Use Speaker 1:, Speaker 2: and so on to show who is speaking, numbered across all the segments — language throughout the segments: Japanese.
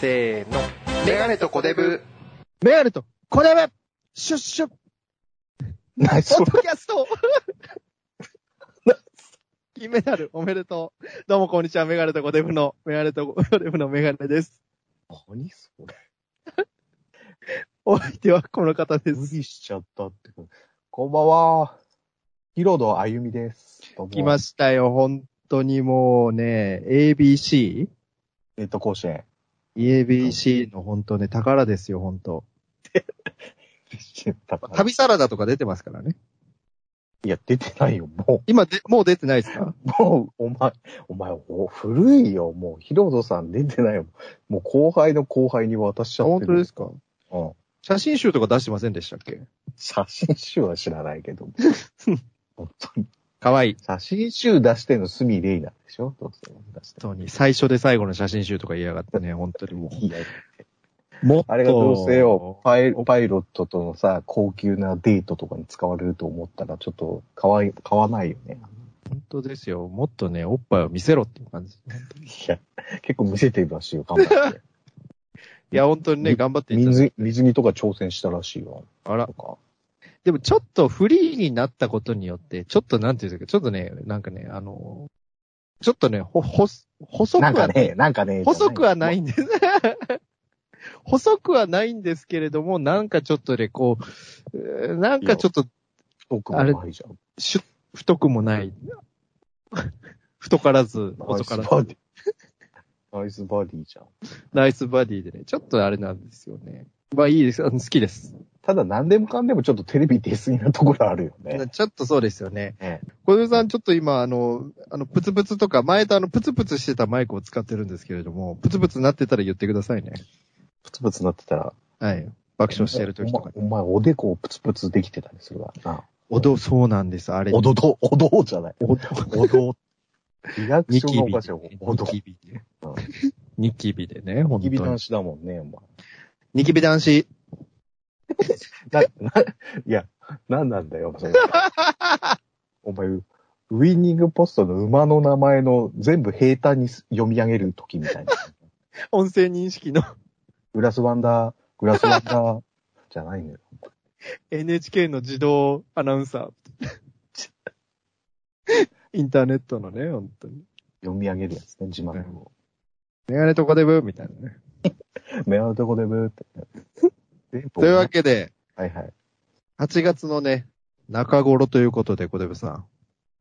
Speaker 1: せーの。
Speaker 2: メガネとコデブ。
Speaker 3: メガネと、これは、シュッシュッ、
Speaker 4: ナイス
Speaker 3: ポッドキャス ト金メダル、おめでとう。どうもこんにちは、メガネとコデブの、メガネとコデブのメガネです。
Speaker 4: 何それ
Speaker 3: お相手はこの方で
Speaker 4: 無
Speaker 3: す。
Speaker 4: 理しちゃったって。こんばんは。ヒロドあゆみです。どうも
Speaker 3: 来ましたよ、本当にもうね、ABC?ABC
Speaker 4: ネット甲子園。
Speaker 3: の本当ね、宝ですよ、本当。
Speaker 4: 旅
Speaker 3: 旅サラダとか出てますからね。
Speaker 4: いや、出てないよ、も
Speaker 3: 今で、もう出てないですか
Speaker 4: う。もう、お前、お前、お古いよ、もう。ヒロドさん出てないよ。もう後輩の後輩に渡しちゃっ
Speaker 3: 本
Speaker 4: てる。。
Speaker 3: 当ですすか
Speaker 4: うん。
Speaker 3: 写真集とか出してませんでしたっけ
Speaker 4: 写真集は知らない けど。本当に。
Speaker 3: かわいい。
Speaker 4: 写真集出してんのスミレイなんでしょどうせ出してんの
Speaker 3: 本当に、最初で最後の写真集とか言いやがってね、本当にも
Speaker 4: いや、
Speaker 3: う。もっと
Speaker 4: あれがどうせよ、パイパイロットとのさ、高級なデートとかに使われると思ったら、ちょっと買わい買わないよね。
Speaker 3: 本当ですよ。もっとね、おっぱいを見せろっていう感じ。
Speaker 4: いや、結構見せてるらしいよ、頑 張 って。
Speaker 3: いや、本当にね、頑張っていただ
Speaker 4: 水水着とか挑戦したらしいわ。
Speaker 3: あら
Speaker 4: と。か。
Speaker 3: でもちょっとフリーになったことによって、ちょっとなんていうんですか、ちょっとね、なんかね、あの、ちょっとね、ほ、ほ、細く
Speaker 4: なんか
Speaker 3: は、
Speaker 4: ね、なんかね、
Speaker 3: 細くはな
Speaker 4: じ
Speaker 3: いんです。 細くはないんですけれども、なんかちょっとね、こうえー、なんかちょっと
Speaker 4: ゃん。太くもないじゃん。
Speaker 3: しゅ、太くもない。 太からず、
Speaker 4: ナイ
Speaker 3: 細
Speaker 4: ス
Speaker 3: から
Speaker 4: バ
Speaker 3: ず。
Speaker 4: ディ。ナイスバディじゃん。
Speaker 3: ナイスバディでね、ちょっとあれなんですよね。まあいいです。あの好きです。
Speaker 4: ただ何でもかんでもちょっとテレビ出過ぎなところあるよ ね。
Speaker 3: ちょっとそうですよね
Speaker 4: え。
Speaker 3: 小泉さん、ちょっと今、あの、あの、プツプツとか、前とあの、プツプツしてたマイクを使ってるんですけれども、プツプツなってたら言ってくださいね。
Speaker 4: プツプツなってたら。
Speaker 3: はい。爆笑してる時とかに。
Speaker 4: お前、お前おでこをプツプツできてたりするからな。
Speaker 3: おど、そうなんです。あれ。
Speaker 4: おどど、おどじゃない。
Speaker 3: おど、
Speaker 4: おど。リアクシ
Speaker 3: ニ
Speaker 4: ョン
Speaker 3: キビで
Speaker 4: がおかしいよ。おど。
Speaker 3: ニキビで
Speaker 4: うん。
Speaker 3: ニキビでね、本
Speaker 4: ニ
Speaker 3: 当
Speaker 4: キビ男
Speaker 3: に。
Speaker 4: 子だもんね、お前。
Speaker 3: ニキビ男子。
Speaker 4: な、な、いや、なんなんだ よ、それ。お前、ウィニングポストの馬の名前の全部平坦にす読み上げる時みたいな。
Speaker 3: 音声認識の
Speaker 4: グラスワンダー、グラスワンダー、じゃないのよ。
Speaker 3: NHK の自動アナウンサ ー。インターネットのね、本当に。
Speaker 4: 読み上げるやつね、字幕 を。
Speaker 3: メガネとこでブーみたいなね。
Speaker 4: 目のとこでブーって。全 部
Speaker 3: というわけで、
Speaker 4: はいはい。
Speaker 3: 8月のね、中頃ということで、小デブさん。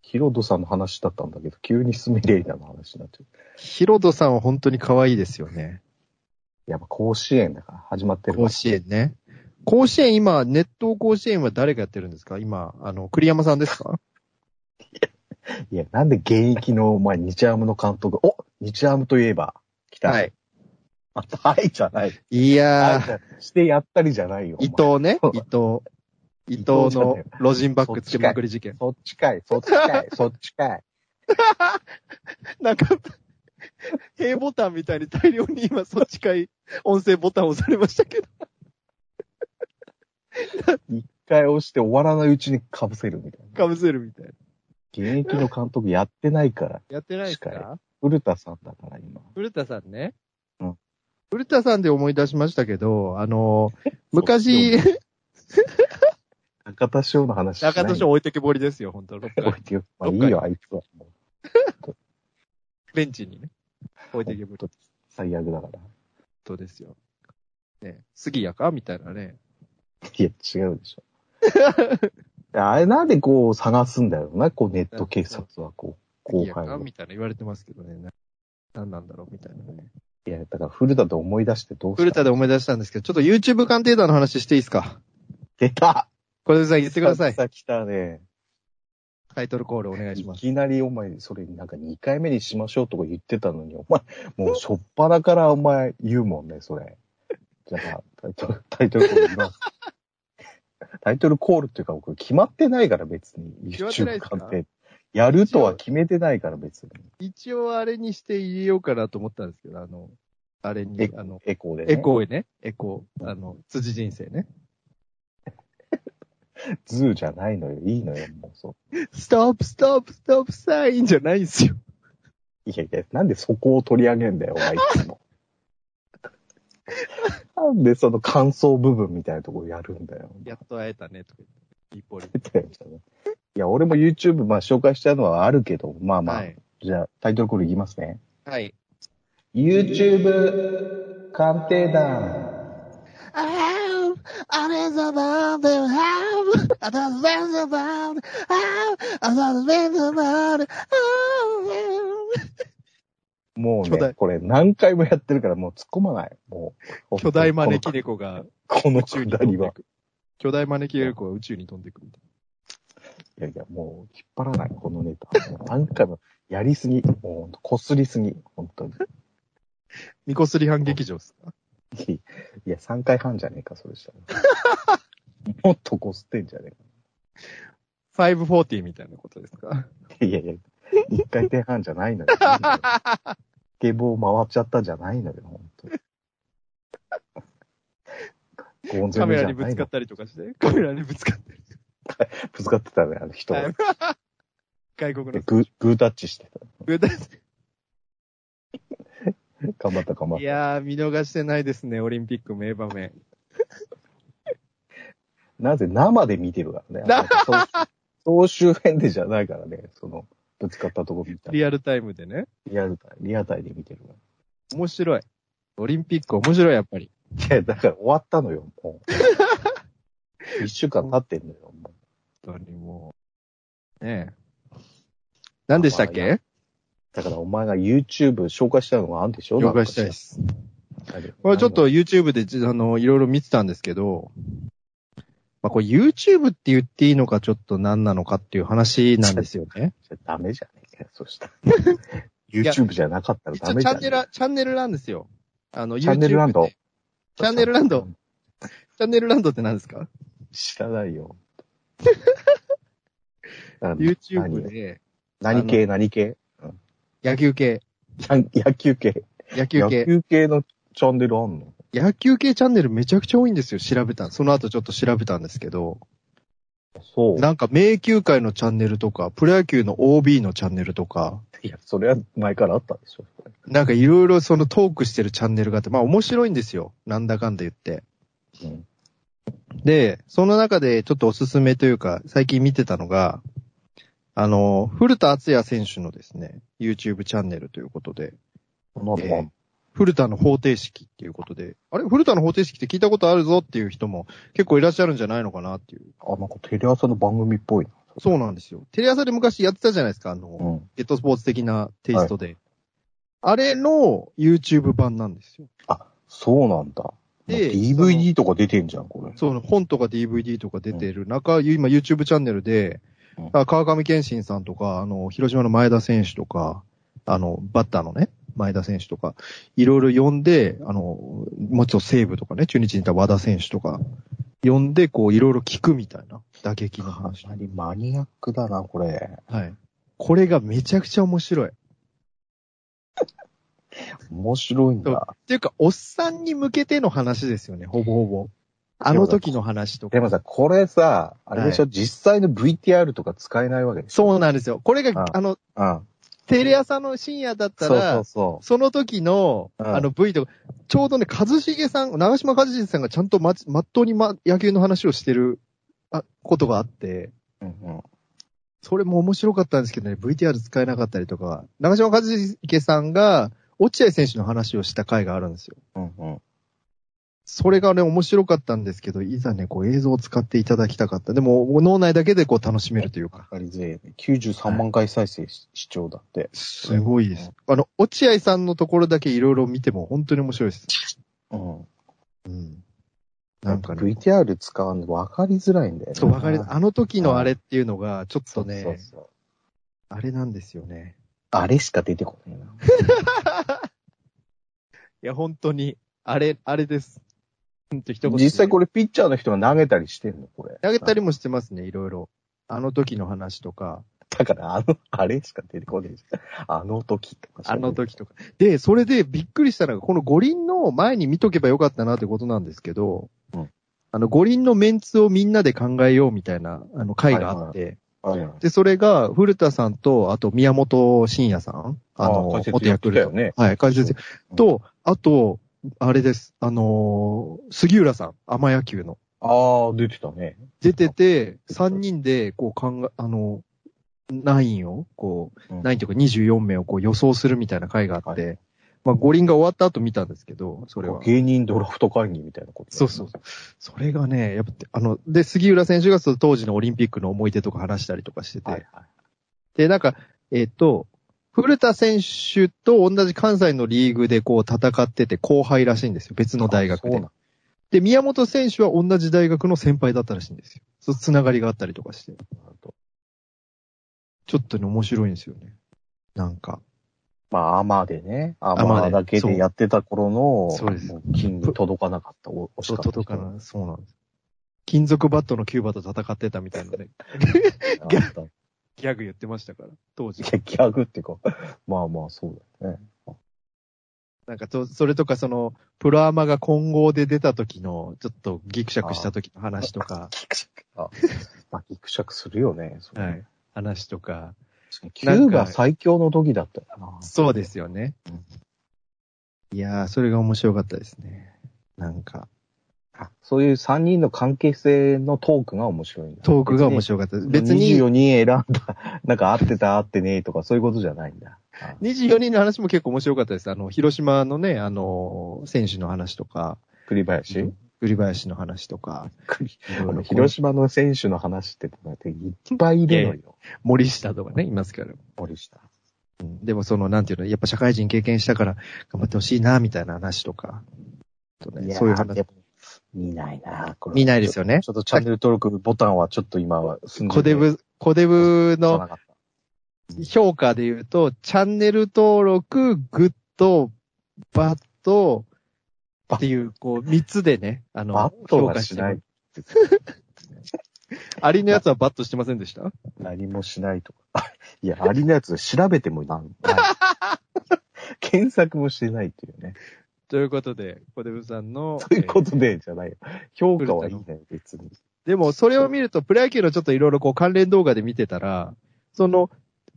Speaker 4: ヒロドさんの話だったんだけど、急にスミレイダの話になっちゃう。
Speaker 3: ヒロドさんは本当に可愛いですよね。
Speaker 4: やっぱ甲子園だから、始まってるから。
Speaker 3: 甲子園ね。甲子園今、熱湯甲子園は誰がやってるんですか今、あの、栗山さんですか
Speaker 4: いや、なんで現役の、まあ、日ハムの監督、お日ハムといえば、来た。
Speaker 3: はい。
Speaker 4: また、はいじゃない。
Speaker 3: い
Speaker 4: は
Speaker 3: や
Speaker 4: い
Speaker 3: ー
Speaker 4: じ、ゃしてやったりじゃないよ。お
Speaker 3: 伊
Speaker 4: 前
Speaker 3: 藤ね
Speaker 4: そう、
Speaker 3: 伊藤。伊藤のロジンバッグつけまくり事件。
Speaker 4: そっちかい、そっち かい、そっちかい。
Speaker 3: なんか、A ボタンみたいに大量に今そっちかい音声ボタン押されましたけど。
Speaker 4: 一回押して終わらないうちに被せるみたいな。
Speaker 3: かぶせるみたいな。
Speaker 4: 現役の監督やってないから、
Speaker 3: やってないです
Speaker 4: 確
Speaker 3: か
Speaker 4: 古田さんだから今。
Speaker 3: 古田さんね。
Speaker 4: うん。
Speaker 3: 古田さんで思い出しましたけど、あ の、昔、
Speaker 4: 中田翔の話しない
Speaker 3: 中田翔置いてけぼりですよ、本当 ロッカ
Speaker 4: 置
Speaker 3: ー
Speaker 4: いてよ。まあいいよ、あいつは。もう
Speaker 3: ベンチにね。置いてけぼり。本
Speaker 4: 最悪だから。
Speaker 3: 当ですよ。ね、杉谷かみたいなね。
Speaker 4: いや、違うでしょ。いやあれなんでこう探すんだろうな、こうネット警察はこう、後
Speaker 3: 杉谷
Speaker 4: 輩
Speaker 3: か
Speaker 4: を。い
Speaker 3: みたいな言われてますけどね。ななんなんだろうみたいなね。
Speaker 4: や、だから古田と思い出してどうした
Speaker 3: 古田で思い出したんですけど、ちょっと YouTube 鑑定団の話していいですか
Speaker 4: 出た
Speaker 3: 小出さん言ってください。
Speaker 4: さ来たね。
Speaker 3: タイトルコールお願いし
Speaker 4: い
Speaker 3: ます。
Speaker 4: きなりお前、それなんか2回目にしましょうとか言ってたのに、お前、もうしょっぱなからお前言うもんね、それ。じゃあ、タイトル、タイトルコール言いますタイトルコールっていうか、僕決まってないから別に、
Speaker 3: 決まってない
Speaker 4: YouTube
Speaker 3: ですか
Speaker 4: 鑑定。やるとは決めてないから別に。
Speaker 3: 一応あれにして入れようかなと思ったんですけど、あの、あれに、あの、
Speaker 4: エコーで、ね。
Speaker 3: エコーね。エコー。あの、辻人生ね。
Speaker 4: ズーじゃないのよ。いいのよ、もうそう。
Speaker 3: ストップ、ストップ、ストップサインじゃないんですよ。
Speaker 4: いやいや、なんでそこを取り上げんだよ、お前いつも。 なんでその感想部分みたいなところやるんだよ。
Speaker 3: やっと会えたね、とか言って。いいポリ。
Speaker 4: ってやつだねいや、俺も YouTube、まあ紹介したのはあるけど、まあまあ、
Speaker 3: はい。
Speaker 4: じゃあタイトルコールいきますね。
Speaker 3: はい。
Speaker 4: YouTube 鑑定団。
Speaker 3: I'm, I'm about to have, I'm about to have, I'm about to have,
Speaker 4: もう
Speaker 3: 巨
Speaker 4: ね
Speaker 3: 大、
Speaker 4: これ何回もやってるからもう突っ込まない。もう。
Speaker 3: 巨大招
Speaker 4: き
Speaker 3: き猫が
Speaker 4: この
Speaker 3: 宇宙に
Speaker 4: くだ
Speaker 3: 飛ん
Speaker 4: り
Speaker 3: で
Speaker 4: は。
Speaker 3: く。巨大招き猫が宇宙に飛んでくる。
Speaker 4: いやいや、もう引っ張らない、このネタ。もう何回もやりすぎ。もうほんとこすりすぎ。本当に。
Speaker 3: ニコスリハン劇場っすか
Speaker 4: いや、3回半じゃねえか、それしたら。もっとこすってんじゃね
Speaker 3: ?540 みたいなことですか
Speaker 4: えか。いやいや、1回転半じゃないのよ。スケボー回っちゃったじゃないのよ、本当に。ゴンゼ
Speaker 3: カ
Speaker 4: ム
Speaker 3: メ
Speaker 4: じ
Speaker 3: ラ
Speaker 4: ゃな
Speaker 3: にぶ
Speaker 4: いの
Speaker 3: つかったりとかして、カメラにぶつかったり。
Speaker 4: ぶつかってたね、あの人。
Speaker 3: はい外国
Speaker 4: で
Speaker 3: の。
Speaker 4: グー、グータッチしてた。頑張った、頑張っ
Speaker 3: い
Speaker 4: た。
Speaker 3: やー、見逃してないですね、オリンピック名場面。
Speaker 4: なぜ生で見てるからね。あ の総総集編でじゃないからね、その、ぶつかったとこ見たら。
Speaker 3: リアルタイムでね。
Speaker 4: リアルタイ、リアタイで見てるか
Speaker 3: 面白い。オリンピック面白い、やっぱり。
Speaker 4: ら。いや、 だから終わったのよ、もう。一 週間経ってんのよ、もう。
Speaker 3: 本当にもう。ねえ。何でしたっ
Speaker 4: まあい
Speaker 3: け
Speaker 4: だからお前が YouTube 紹介したのがあるんでしょ
Speaker 3: 了解したいで。す。これちょっと YouTube でじ、あの、いろいろ見てたんですけど、まあこれ YouTube って言っていいのかちょっと何なのかっていう話なんですよね。
Speaker 4: じゃダメじゃねえかよ、そしたら。
Speaker 3: や
Speaker 4: YouTube じゃなかったら
Speaker 3: 一
Speaker 4: ダ
Speaker 3: 応チ
Speaker 4: メじゃ
Speaker 3: ャ
Speaker 4: ね
Speaker 3: ン
Speaker 4: え
Speaker 3: ネル、チャンネルなんですよ。あの、
Speaker 4: チャンネルラン
Speaker 3: YouTube
Speaker 4: ド
Speaker 3: って。チャンネルランド。
Speaker 4: チャネ
Speaker 3: チャンネルランドって何ですか
Speaker 4: 知らな いよ。だから
Speaker 3: ?YouTube で、
Speaker 4: 何何系何系
Speaker 3: 野球系、
Speaker 4: やん野球系。
Speaker 3: 野球
Speaker 4: 野
Speaker 3: 系、
Speaker 4: 球系のチャンネルあんの
Speaker 3: 野球系チャンネルめちゃくちゃ多いんですよ、調べた。その後ちょっと調べたんですけど、
Speaker 4: そう。
Speaker 3: なんか迷宮会のチャンネルとか、プロ野球の OB のチャンネルとか、
Speaker 4: いや、それは前からあったでしょ。
Speaker 3: なんかいろいろそのトークしてるチャンネルがあって、まあ面白いんですよ。なんだかんだ言って。
Speaker 4: うん
Speaker 3: で、その中でちょっとおすすめというか、最近見てたのが、あの、古田敦也選手のですね、YouTube チャンネルということで、
Speaker 4: まあ
Speaker 3: え
Speaker 4: まあ
Speaker 3: え、古田の方程式っていうことで、あれ古田の方程式って聞いたことあるぞっていう人も結構いらっしゃるんじゃないのかなっていう。
Speaker 4: あ、なんかテレ朝の番組っぽいな。
Speaker 3: そうなんですよ。テレ朝で昔やってたじゃないですか、あの、
Speaker 4: うん。
Speaker 3: ゲットスポーツ的なテイストで。あれの YouTube 版なんですよ。
Speaker 4: あ、そうなんだ。
Speaker 3: で
Speaker 4: DVD とか出てんじゃん、これ。
Speaker 3: そう、本とか DVD とか出てる中、今 YouTube チャンネルで、
Speaker 4: うん
Speaker 3: あ川上健信さんとか、あの、広島の前田選手とか、あの、バッターのね、前田選手とか、いろいろ呼んで、あの、もちろん西武とかね、中日にいた和田選手とか、呼んで、こう、いろいろ聞くみたいな、打撃の
Speaker 4: か
Speaker 3: 話。
Speaker 4: なりマニアックだな、これ。
Speaker 3: はい。これがめちゃくちゃ面白い。っ
Speaker 4: 面白いん
Speaker 3: そう
Speaker 4: だ。
Speaker 3: ていうか、おっさんに向けての話ですよね、ほぼほぼ。あの時の話とか
Speaker 4: で。もさ、これさ、あれでしょ、実際の VTR とか使えないわけでしょ
Speaker 3: そうなんですよ。これが、
Speaker 4: あ
Speaker 3: あの、
Speaker 4: うん。
Speaker 3: テレ朝の深夜だった
Speaker 4: そうそ
Speaker 3: ら
Speaker 4: う、そ
Speaker 3: その時の、
Speaker 4: うん
Speaker 3: あの V とか、ちょうどね、一茂さん、長島一茂さんがちゃんとま、まっとうに、ま、野球の話をしてる、あ、ことがあって、
Speaker 4: う。うんうん
Speaker 3: それも面白かったんですけどね、VTR 使えなかったりとか、長島一茂さんが、落合選手の話をした回があるんですよ。
Speaker 4: うんうん。
Speaker 3: それがね、面白かったんですけど、いざね、こう映像を使っていただきたかった。でも、脳内だけでこう楽しめるというか。
Speaker 4: ありぜえね。93万回再生し視聴だって。
Speaker 3: すごいです。あの、落合さんのところだけいろいろ見ても本当に面白いです。
Speaker 4: うん。
Speaker 3: うん。
Speaker 4: な
Speaker 3: なんんか
Speaker 4: か
Speaker 3: ね
Speaker 4: VTR 使わんの分かりづらいんだよね。
Speaker 3: そう、わかり
Speaker 4: うん
Speaker 3: あの時のあれっていうのが、ちょっとね、
Speaker 4: そうそうそう
Speaker 3: あれなんですよね。
Speaker 4: あれしか出てこないな。
Speaker 3: いや、本当に、あれ、あれです。うんと一言
Speaker 4: 実際これピッチャーの人が投げたりしてんのこれ。
Speaker 3: 投げたりもしてますね、いろいろ。あの時の話とか、
Speaker 4: だから、あの、あれしか出てこないじゃん。あの時とか。
Speaker 3: あの。時とか。で、それでびっくりしたのが、この五輪の前に見とけばよかったなってことなんですけど、
Speaker 4: うん
Speaker 3: あの、五輪のメンツをみんなで考えようみたいな、あの、会があって、
Speaker 4: あ
Speaker 3: で、それが、古田さんと、あと、宮本慎也さん、あの、
Speaker 4: あ解説
Speaker 3: 元ヤクルト。
Speaker 4: やってたよね
Speaker 3: はい、解説。と、あと、あれです。あのー杉浦さん、甘野球の。
Speaker 4: ああ、出てたね。
Speaker 3: 出てて、3人で、こう考え、あの、ナインを、こう、
Speaker 4: うん
Speaker 3: ナインというか24名をこう予想するみたいな回があって、
Speaker 4: は
Speaker 3: まあ、五輪が終わった後見たんですけど、それは。
Speaker 4: 芸人ドラフト会議みたいなこと。
Speaker 3: そうそう。それがね、やっぱ、あの、で、杉浦選手がその当時のオリンピックの思い出とか話したりとかしてて、
Speaker 4: はいはい。
Speaker 3: で、なんか、えっ、と、古田選手と同じ関西のリーグでこう戦ってて後輩らしいんですよ。別の大学
Speaker 4: あそう
Speaker 3: で
Speaker 4: な。
Speaker 3: で、宮本選手は同じ大学の先輩だったらしいんですよ。そう、つながりがあったりとかして。
Speaker 4: んだ
Speaker 3: ちょっとね、面白いんですよね。なんか。
Speaker 4: まあ、アマでね、ア
Speaker 3: アマ
Speaker 4: マ
Speaker 3: で
Speaker 4: だけでやってた頃の、
Speaker 3: そうです
Speaker 4: も金に届かなかった、お惜し
Speaker 3: そう、
Speaker 4: かった人。
Speaker 3: 届かない。そうなんです。金属バットのキューバと戦ってたみたいなね、
Speaker 4: あったい
Speaker 3: ギャグ言ってましたから、当 時。
Speaker 4: や、ギャグっていうか、まあまあ、そうだよね。
Speaker 3: なんかと、それとかその、プロアマが混合で出た時の、ちょっとギクシャクした時の話とか、
Speaker 4: ギクシャク。あまあ、ギクシャクするよね。そ れ
Speaker 3: はい。話とか、
Speaker 4: キューバ最強の時だったよな。
Speaker 3: そうですよね。いやー、それが面白かったですね。なんか、
Speaker 4: あそういう3人の関係性のトークが面白いんだ。
Speaker 3: トークが面白かったです。別
Speaker 4: 別
Speaker 3: に
Speaker 4: に。、24人選んだ、なんか合ってた合ってねえとかそういうことじゃないんだ。あ
Speaker 3: 24人の話も結構面白かったです。あの、広島のね、あの、選手の話とか、
Speaker 4: 栗林
Speaker 3: 栗林の話とか、
Speaker 4: 栗
Speaker 3: いろいろ
Speaker 4: 広島の選手の話ってなんていっぱいいるのよ。
Speaker 3: 森下とかね、いますから。
Speaker 4: 森下。
Speaker 3: うんでもその、なんていうの、やっぱ社会人経験したから頑張ってほしいな、みたいな話とか。あとね
Speaker 4: やー
Speaker 3: そういう話
Speaker 4: で。も見ないなこれ
Speaker 3: 見ないですよね
Speaker 4: ちょっとチャンネル登録ボタンはちょっと今はすん
Speaker 3: コデブ、コデブの評価で言うと、チャンネル登録、グッド、バット、っていう、こう、三つでね、あ
Speaker 4: バ
Speaker 3: の
Speaker 4: ッ、ト
Speaker 3: 評
Speaker 4: は
Speaker 3: 価し
Speaker 4: してない
Speaker 3: る。。アリのやつはバットしてませんでした
Speaker 4: 何もしないとか。いや、ありのやつ調べても なんない。検索もしてないっていうね。
Speaker 3: ということで、コデブさんの、
Speaker 4: ということで、じゃないよ。評価はいい
Speaker 3: 古
Speaker 4: ね、別に。
Speaker 3: でも、それを見ると、プロ野球のちょっといろいろこう関連動画で見てたら、その、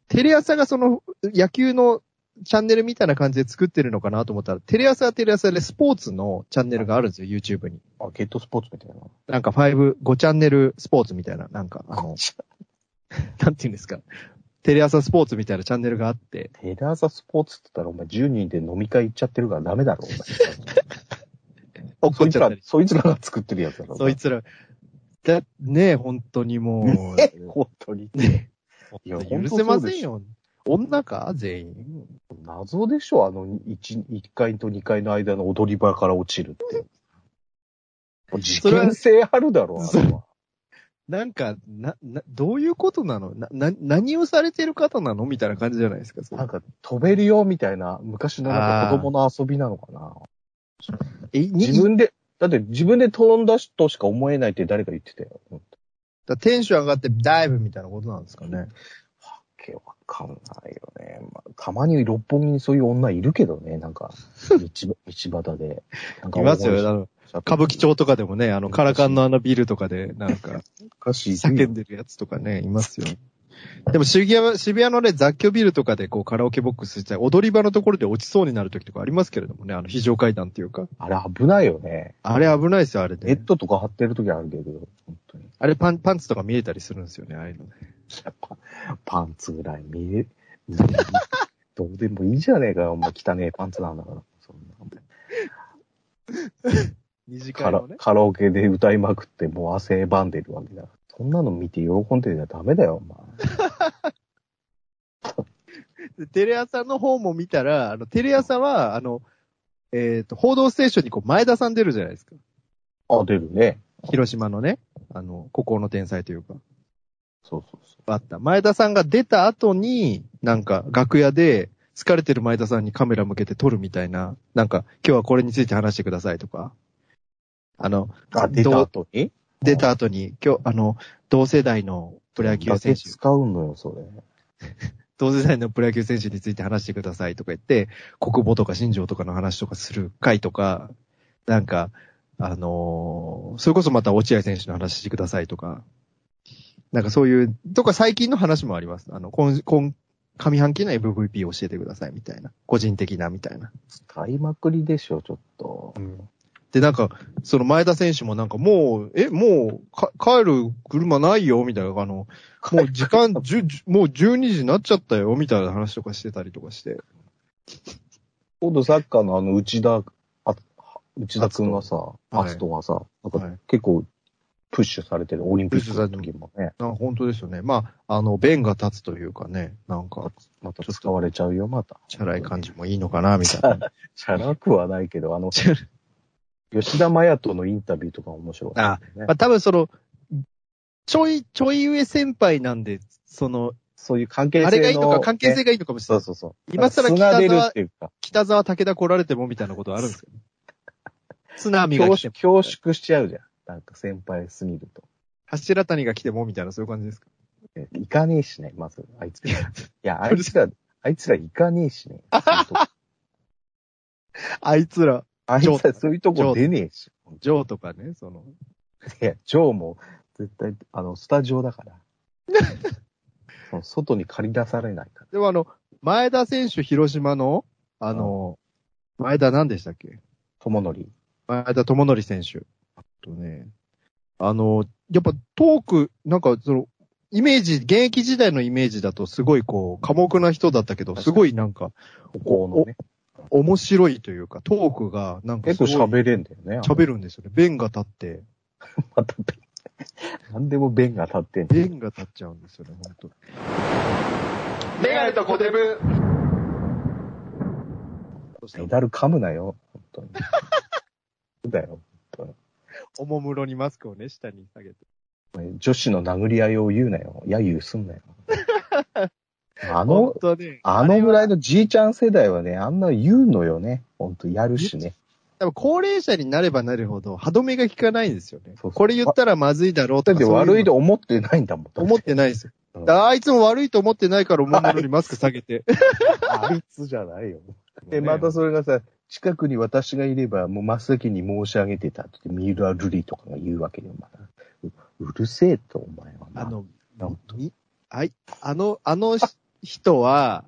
Speaker 3: テレ朝がその野球のチャンネルみたいな感じで作ってるのかなと思ったら、テレ朝はテレ朝でスポーツのチャンネルがあるんですよ、YouTube に。
Speaker 4: あ、ゲットスポーツみたいな。
Speaker 3: なんか5、5チャンネルスポーツみたいな、なんか、あの、なんていうんですか。テレ朝スポーツみたいなチャンネルがあって、
Speaker 4: テレ朝スポーツって言ったら、お前10人で飲み会行っちゃってるからダメだろ、お
Speaker 3: 怒っ
Speaker 4: 前。そい
Speaker 3: ち
Speaker 4: つ
Speaker 3: ゃっ
Speaker 4: ら
Speaker 3: たり、。
Speaker 4: そいつらが作ってるやつだろ。
Speaker 3: そいつら、だ、ねえ、本当に もう、
Speaker 4: 本当に。いや
Speaker 3: 許せませんよ。女か全員。
Speaker 4: 謎でしょあの、1、一階と2階の間の踊り場から落ちるって。事
Speaker 3: それは
Speaker 4: 件性あるだろ、あれは。
Speaker 3: なんか、な、な、どういうことなのな、な、何をされてる方なのみたいな感じじゃないですか、それ
Speaker 4: なんか、飛べるよ、みたいな、昔のなんか子供の遊びなのかな。
Speaker 3: え、
Speaker 4: 自
Speaker 3: 自分
Speaker 4: 分で、だって自分で飛んだとしか思えないって誰か言ってたよ。本
Speaker 3: テンション上がってダイブみたいなことなんですかね。
Speaker 4: 当わけわかんないよね。まあ、たまに六本木にそういう女いるけどね、なん か、道道端で。なんか
Speaker 3: いますよ。あ
Speaker 4: 大
Speaker 3: の、
Speaker 4: 声
Speaker 3: 歌舞伎町とかでもね、あの、カラカンのあのビルとかで、なんか、
Speaker 4: 昔いるよ
Speaker 3: 叫んでるやつとかね、いますよ。でも渋谷、渋谷のね、雑居ビルとかでこうカラオケボックスして、踊り場のところで落ちそうになる時とかありますけれどもね、あの、非常階段っていうか。
Speaker 4: あれ危ないよね。
Speaker 3: あれ危ないですよ、あれ
Speaker 4: ネ
Speaker 3: で
Speaker 4: ッ。トとか貼ってる時あるけど、本当に。
Speaker 3: あれパン、パンツとか見えたりするんですよね、ああいうのね。
Speaker 4: やっぱ、パンツぐらい見え、 どうでもいいじゃねえかよ、お前汚ねえパンツなんだから。そんな
Speaker 3: 二次
Speaker 4: カ
Speaker 3: 会
Speaker 4: ラ
Speaker 3: のね。
Speaker 4: カラオケで歌いまくって、もう汗ばんでるわけだ。そんなの見て喜んでりゃダメだよ、お前。
Speaker 3: でテレ朝の方も見たら、あの、テレ朝は、あの、えっ、と、報道ステーションにこう、前田さん出るじゃないですか。
Speaker 4: あ、出るね。
Speaker 3: 広島のね、あの、孤高の天才というか、
Speaker 4: そうそうそ
Speaker 3: あった。前田さんが出た後に、なんか、楽屋で、疲れてる前田さんにカメラ向けて撮るみたいな、なんか、今日はこれについて話してくださいとか、あの、
Speaker 4: う。あ、出た
Speaker 3: どう
Speaker 4: 後に
Speaker 3: 出た後に、今日、あの、同世代のプロ野球選手
Speaker 4: だけ、使うのよ、それ。
Speaker 3: 同世代のプロ野球選手について話してくださいとか言って、国母とか新庄とかの話とかする回とか、なんか、あのーそれこそまた落合選手の話してくださいとか、なんかそういう、とか最近の話もあります。あの、今、今、上半期の MVP を教えてくださいみたいな。個人的なみたいな。
Speaker 4: 使いまくりでしょ、ちょっと。
Speaker 3: で、なんか、その前田選手もなんかもう、え、もうか、帰る車ないよみたいな、あの、もう時間、じゅじゅもう12時になっちゃったよみたいな話とかしてたりとかして。
Speaker 4: 今度サッカーのあの、内田、あ内田くんがさ、
Speaker 3: 篤人
Speaker 4: 篤人がさ、なん
Speaker 3: は
Speaker 4: か
Speaker 3: い
Speaker 4: 結構プッシュされてる、オリンピックの時もね、
Speaker 3: なんか本当ですよね。まあ、あの、弁が立つというかね、なんか、
Speaker 4: また使われちゃうよ、また。
Speaker 3: チャラい感じもいいのかなみたいな。
Speaker 4: チャラくはないけど、あの、
Speaker 3: チャラ
Speaker 4: 吉田麻也とのインタビューとか面白い。
Speaker 3: あ、まあ、多分その、ちょい、ちょい上先輩なんで、その、
Speaker 4: そういう関係性の。
Speaker 3: あれがいいのか、関係性
Speaker 4: ね
Speaker 3: がいいのかもしれ
Speaker 4: そ
Speaker 3: な
Speaker 4: う
Speaker 3: い。
Speaker 4: そうそう。
Speaker 3: 今更北
Speaker 4: 砂出るっ
Speaker 3: 沢、
Speaker 4: ていうか、
Speaker 3: 北沢武田来られてもみたいなことあるんですか津波が
Speaker 4: 恐
Speaker 3: 来て
Speaker 4: 縮
Speaker 3: も、
Speaker 4: 恐縮しちゃうじゃん。なんか先輩すぎると。
Speaker 3: 柱谷が来てもみたいな、そういう感じですか
Speaker 4: えいかねえしね、まず、あいつら。い や、あいつら、あいつらいかねえしね。
Speaker 3: あいつら、
Speaker 4: あいつらそういうとこ出ねえし。
Speaker 3: ジョーとかね、その、
Speaker 4: いや、ジョーも、絶対、あの、スタジオだから。 その外に借り出されないから。
Speaker 3: でもあの、前田選手、広島の、あの、前田何でしたっけ
Speaker 4: 友則。
Speaker 3: 前田智則選手。あとね、あの、やっぱトーク、なんかその、イメージ、現役時代のイメージだとすごいこう、寡黙な人だったけど、
Speaker 4: 確かに
Speaker 3: すごいなんか、
Speaker 4: ここのね。
Speaker 3: 面白いというか、トークがなんか
Speaker 4: 結
Speaker 3: すご
Speaker 4: 構
Speaker 3: い
Speaker 4: 喋れんだよね。
Speaker 3: 喋るんですよね。弁が立って、
Speaker 4: また、 なんでも弁が立ってんじゃん
Speaker 3: 弁が立っちゃうんですよね、本当
Speaker 1: メガネとコデブ。
Speaker 3: そし
Speaker 4: メ
Speaker 3: て、
Speaker 4: ダル噛むなよ、本当 に。そうだよ。
Speaker 3: おもむろにマスクをね、下に下げて。
Speaker 4: 女子の殴り合いを言うなよ。揶揄すんなよ。 あ
Speaker 3: 本
Speaker 4: の、
Speaker 3: 当ね、
Speaker 4: あのぐらいのじいちゃん世代はね、あんな言うのよね。ほんと、やるしね。
Speaker 3: 多分高齢者になればなるほど、歯止めが効かないんですよね。
Speaker 4: そうそう
Speaker 3: これ言ったらまずいだろう
Speaker 4: だ
Speaker 3: と
Speaker 4: っ
Speaker 3: か。
Speaker 4: て悪い
Speaker 3: と
Speaker 4: と思ってないんだもん。
Speaker 3: 思ってないですよ。
Speaker 4: うん
Speaker 3: だからあいつも悪いと思ってないから、おもむろにマスク下げ て。
Speaker 4: あいつじゃないよ。で、
Speaker 3: ね
Speaker 4: またそれがさ、近くに私がいれば、もう真っ先に申し上げてたって、ミュラ・ルリとかが言うわけよ、まだ。ううるせえと、お前はな。
Speaker 3: あの
Speaker 4: なん、
Speaker 3: みはい、あの、あのし人は、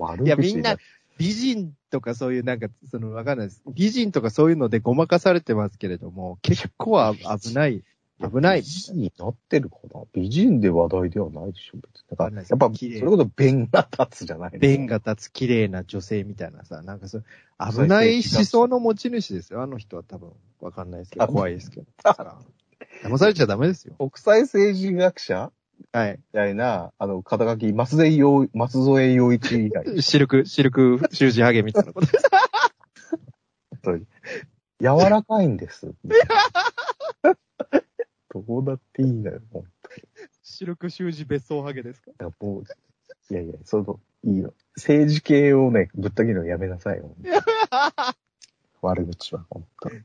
Speaker 4: 悪口
Speaker 3: いや、みん
Speaker 4: だ
Speaker 3: な、美人とかそういう、なんか、その、わかんないです。美人とかそういうのでごまかされてますけれども、結構は危ない、危ない
Speaker 4: 美。人になってるかな美人で話題ではないでしょ、別に。だか
Speaker 3: わかん
Speaker 4: ら、
Speaker 3: ないで
Speaker 4: やっ
Speaker 3: す
Speaker 4: ぱ、そ
Speaker 3: 綺麗
Speaker 4: れこそ弁が立つじゃないの
Speaker 3: 弁が立つ綺麗な女性みたいなさ、なんかそう、危ない思想の持ち主ですよ。あの人は多分、わかんないですけど、
Speaker 4: あ
Speaker 3: 怖いですけど。騙されちゃダメですよ。
Speaker 4: 国際政治学者
Speaker 3: はい。
Speaker 4: みたいな、あの、肩書き、松添洋、松添洋一以来、
Speaker 3: シルク、シルク、習字ハゲみたいなこと。
Speaker 4: 柔らかいんです。 どうだっていいのよ、もう。
Speaker 3: シルク習字別荘ハゲですか
Speaker 4: いや、もう、いやいや、その、いいよ。政治系をね、ぶった切るのやめなさいよ。 悪口は、本当に。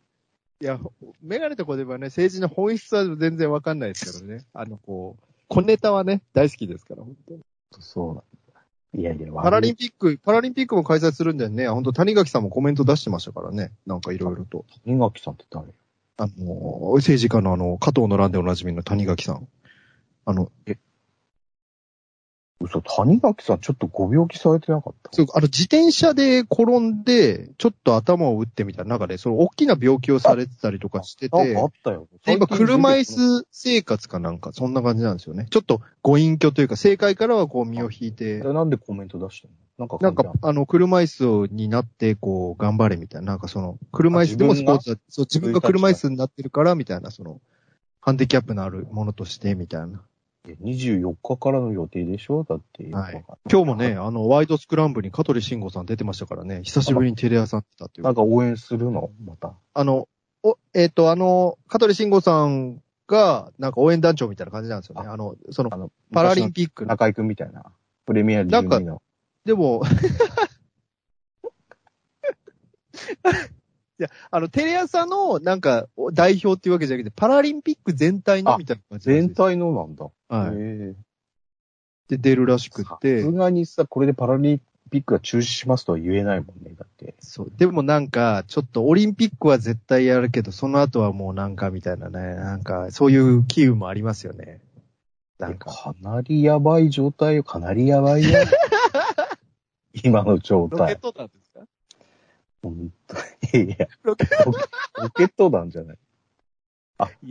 Speaker 3: いや、メガネとこではね、政治の本質は全然わかんないですけどね。あの、こう、小ネタはね、大好きですから、本当に
Speaker 4: そうなんだ。いやいや、悪口
Speaker 3: パラリンピック、パラリンピックも開催するんだよね。本当谷垣さんもコメント出してましたからね。なんかいろいろと。
Speaker 4: 稲垣さんって誰
Speaker 3: あの、政治家のあの、加藤の乱でおなじみの谷垣さん。あの、
Speaker 4: 嘘、谷垣さんちょっとご病気されてなかった
Speaker 3: そう、あの、自転車で転んで、ちょっと頭を打ってみたいな中で、その大きな病気をされてたりとかして
Speaker 4: なん
Speaker 3: て
Speaker 4: かあ、ったよ。
Speaker 3: で今、
Speaker 4: 最近
Speaker 3: 車椅子生活かなんか、そんな感じなんですよね。ちょっとご隠居というか、政界からはこう身を引いて
Speaker 4: あ、れなんでコメント出したのなんか
Speaker 3: なん
Speaker 4: 関係
Speaker 3: か
Speaker 4: ある、
Speaker 3: あの、車椅子になって、こう、頑張れみたいな、なんかその、車椅子でも
Speaker 4: あ
Speaker 3: ス
Speaker 4: 自
Speaker 3: ポ
Speaker 4: 分が
Speaker 3: ーツだ、そう、自分が車椅子になってるから、みたいな、その、ハンディキャップのあるものとして、みたいな。
Speaker 4: 24日からの予定でしょだって。
Speaker 3: はい今日もね、あの、ワイドスクランブルに香取慎吾さん出てましたからね、久しぶりにテレ朝に出たっていう
Speaker 4: なんか応援するのまた。
Speaker 3: あの、お、えっ、と、あの、香取慎吾さんが、なんか応援団長みたいな感じなんですよね。あの、その
Speaker 4: あ、の、
Speaker 3: パラリンピックの。
Speaker 4: 中井くんみたいな。プレミアリーグ組の。
Speaker 3: でも、 いや、あの、テレ朝の、なんか、お代表っていうわけじゃなくて、パラリンピック全体の
Speaker 4: あ
Speaker 3: みたいな感じなん
Speaker 4: 全
Speaker 3: ですよ。
Speaker 4: 体のなんだ。
Speaker 3: はい。
Speaker 4: へえ
Speaker 3: で、出るらしく
Speaker 4: さ
Speaker 3: て
Speaker 4: す、がにさ、これでパラリンピックが中止しますとは言えないもんね、だって。
Speaker 3: そう。でもなんか、ちょっとオリンピックは絶対やるけど、その後はもうなんかみたいなね、なんか、そういう機運もありますよね。
Speaker 4: なんか、
Speaker 3: か
Speaker 4: かなりやばい状態よ、かなりやばい よ。今の状
Speaker 1: ロケッ
Speaker 4: 態。
Speaker 1: トなんですか
Speaker 4: 本当に。いや、
Speaker 3: ロ
Speaker 4: ロ
Speaker 3: ケ
Speaker 4: ケロケット弾じゃない。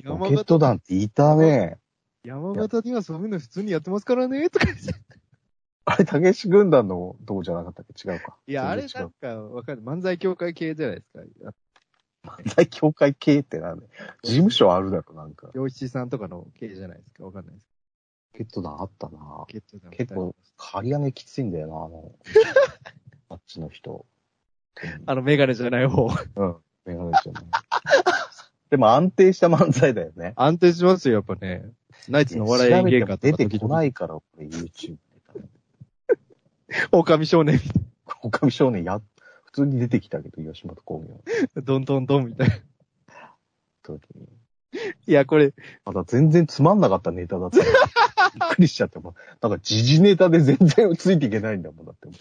Speaker 4: ロ
Speaker 3: 山
Speaker 4: ケット
Speaker 3: 形、
Speaker 4: 弾っていたね。
Speaker 3: 山形にはそういうの普通にやってますからね、とか言 って。
Speaker 4: あれ、たけし軍団のとこじゃなかったっけ違うか。
Speaker 3: いや、あれ
Speaker 4: 全
Speaker 3: な
Speaker 4: 然違
Speaker 3: んか、わかる。漫才協会系じゃないですか。
Speaker 4: う。大協会系ってなんで。事務所あるだろ、なんか。ロ
Speaker 3: 漁師さんとかの系じゃないですか。わかんないです
Speaker 4: ケット弾あったな
Speaker 3: けど。ロケッ
Speaker 4: 結
Speaker 3: トだみ
Speaker 4: 構、針金きついんだよな、あ の、あっちの人。
Speaker 3: たいな。あの、メガネじゃない方。
Speaker 4: うん。メガネじゃない。でも安定した漫才だよね。
Speaker 3: 安定しますよ、やっぱね。ナイツのお笑い演芸家。
Speaker 4: 調べても出てこな いいから、これ YouTube で。
Speaker 3: 狼少年みたい
Speaker 4: 狼少年や、普通に出てきたけど、吉本興業の
Speaker 3: な。どんどんどんみたいな。
Speaker 4: 時に。
Speaker 3: いや、これ、
Speaker 4: まだ全然つまんなかったネタだ った。びっくりしちゃって、もうなんか時事ネタで全然ついていけないんだもん、だって。
Speaker 3: い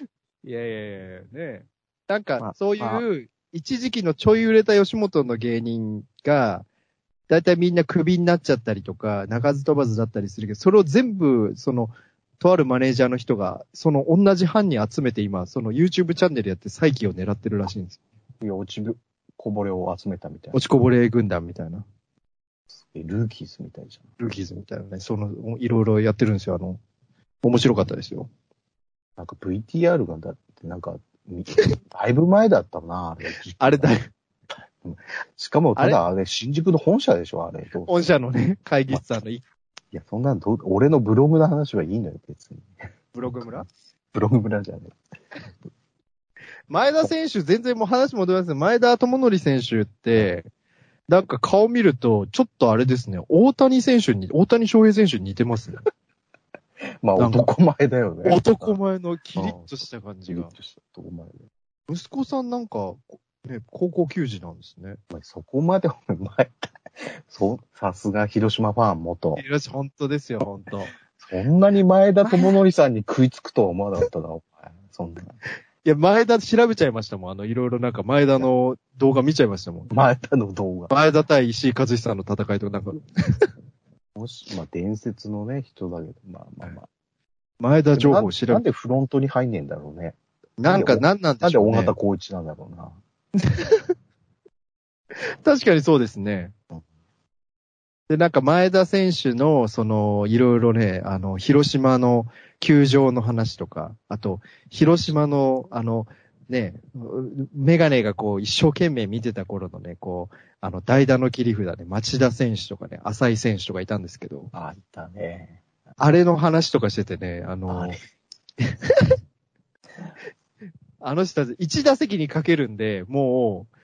Speaker 3: やいやいやいやねえなん
Speaker 4: ま
Speaker 3: か
Speaker 4: あ、
Speaker 3: そう
Speaker 4: まあ
Speaker 3: いう、一時期のちょい売れた吉本の芸人が、だいたいみんなクビになっちゃったりとか、鳴かず飛ばずだったりするけど、それを全部、その、とあるマネージャーの人が、その同じ班に集めて今、その YouTube チャンネルやって再起を狙ってるらしいんですよ。
Speaker 4: いや、落ちぶ、こぼれを集めたみたいな
Speaker 3: 落。ちこぼれ軍団みたいな。
Speaker 4: ルーキーズみたいじゃん。
Speaker 3: ルーキーズみたいなね。その、いろいろやってるんですよ。あの、面白かったですよ。
Speaker 4: なんか VTR がだって、なんか、みだいぶ前だったな、あれ。
Speaker 3: あれだい、
Speaker 4: しかも、ただあれ、新宿の本社でしょ、あれ。どう
Speaker 3: 本社のね、会議室さんの一
Speaker 4: いや、そんなのどう、俺のブログの話はいいのよ、別に。
Speaker 3: ブログ村
Speaker 4: ブログ村じゃね
Speaker 3: 前田選手、全然もう話戻りますけど前田智則選手って、なんか顔見ると、ちょっとあれですね、大谷選手に、大谷翔平選手に似てますね。
Speaker 4: え。まあ、
Speaker 3: なんか
Speaker 4: 男前だよね。
Speaker 3: 男前
Speaker 4: 前。
Speaker 3: のキリッとした感じが。
Speaker 4: 男前だよ
Speaker 3: 息子さんなんか、ね、高校球児なんですね。
Speaker 4: お前そこまでお前、 そう、さすが広島ファン元。
Speaker 3: よし、本当ですよ、本当。 い
Speaker 4: そんなに前田智則さんに食いつくとは思わなかったな、お前。そんな。
Speaker 3: や、前田調べちゃいましたもん。あの、いろいろなんか前田の動画見ちゃいましたもん。
Speaker 4: 前田の動画。
Speaker 3: 前田対石井和久の戦いとか、なんか、
Speaker 4: もし、まあ、伝説のね、人だけど、まあまあまあ。
Speaker 3: 前田情報を調
Speaker 4: な
Speaker 3: べ
Speaker 4: んでフロントに入んねえんだろうね。
Speaker 3: なんか何なん
Speaker 4: な
Speaker 3: で
Speaker 4: ん
Speaker 3: し
Speaker 4: で
Speaker 3: ょう
Speaker 4: 大
Speaker 3: ね。
Speaker 4: 型光一なんだろうな。
Speaker 3: 確かにそうですね
Speaker 4: うん。
Speaker 3: で、なんか前田選手の、その、いろいろね、あの、広島の球場の話とか、あと、広島の、あの、ね、うメガネがこう、一生懸命見てた頃のね、こう、あの、代打の切り札ね、町田選手とかね、浅井選手とかいたんですけど、
Speaker 4: あ、いたね。
Speaker 3: あれの話とかしててね、あの、
Speaker 4: あ
Speaker 3: あ
Speaker 4: れ
Speaker 3: の人たち、1打席にかけるんで、もう、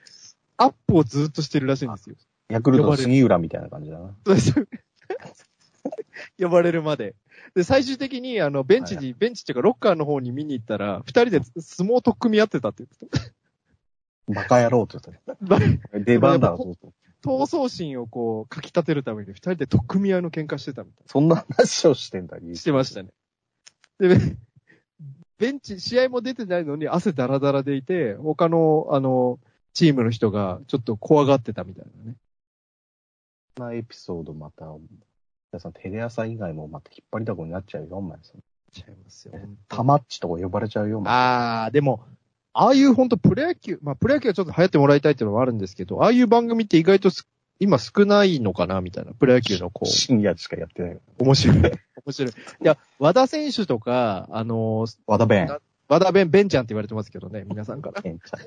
Speaker 3: アップをずっとしてるらしいんですよ。
Speaker 4: ヤクルトの杉浦みたいな感じだな。
Speaker 3: そうです。 呼ばれるまで。で、最終的に、あの、ベンチ
Speaker 4: は
Speaker 3: に、ベンチっていうか、ロッカーの方に見に行ったら、二人で相撲とっ組み合ってたって言って
Speaker 4: バカ野郎って言
Speaker 3: た。バ レ
Speaker 4: った。出番だろ、そうそう
Speaker 3: 闘争心をこう、かき立てるために、二人でとっ組み合いの喧嘩してたみたい
Speaker 4: そんな話をしてんだ、
Speaker 3: な。してましたね。で、ベンチ、試合も出てないのに汗だらだらでいて、他の、あの、チームの人が、ちょっと怖がってたみたいなね。
Speaker 4: そんなエピソードまた、皆さん、テレ朝以外もまた引っ張りだこになっちゃうよ、お前。
Speaker 3: ちゃいますよ。
Speaker 4: たまっちとか呼ばれちゃうよ、お前。
Speaker 3: ああ、でも、ああいう本当プロ野球、まあプロ野球はちょっと流行ってもらいたいっていうのはあるんですけど、ああいう番組って意外とす今少ないのかなみたいな。プロ野球のこう、
Speaker 4: 深夜しかやってないよ。
Speaker 3: 面白い。面白い。いや、和田選手とか、あのー
Speaker 4: 和田弁。
Speaker 3: 和田弁、ベンちゃんって言われてますけどね、皆さんから。
Speaker 4: ケンちゃん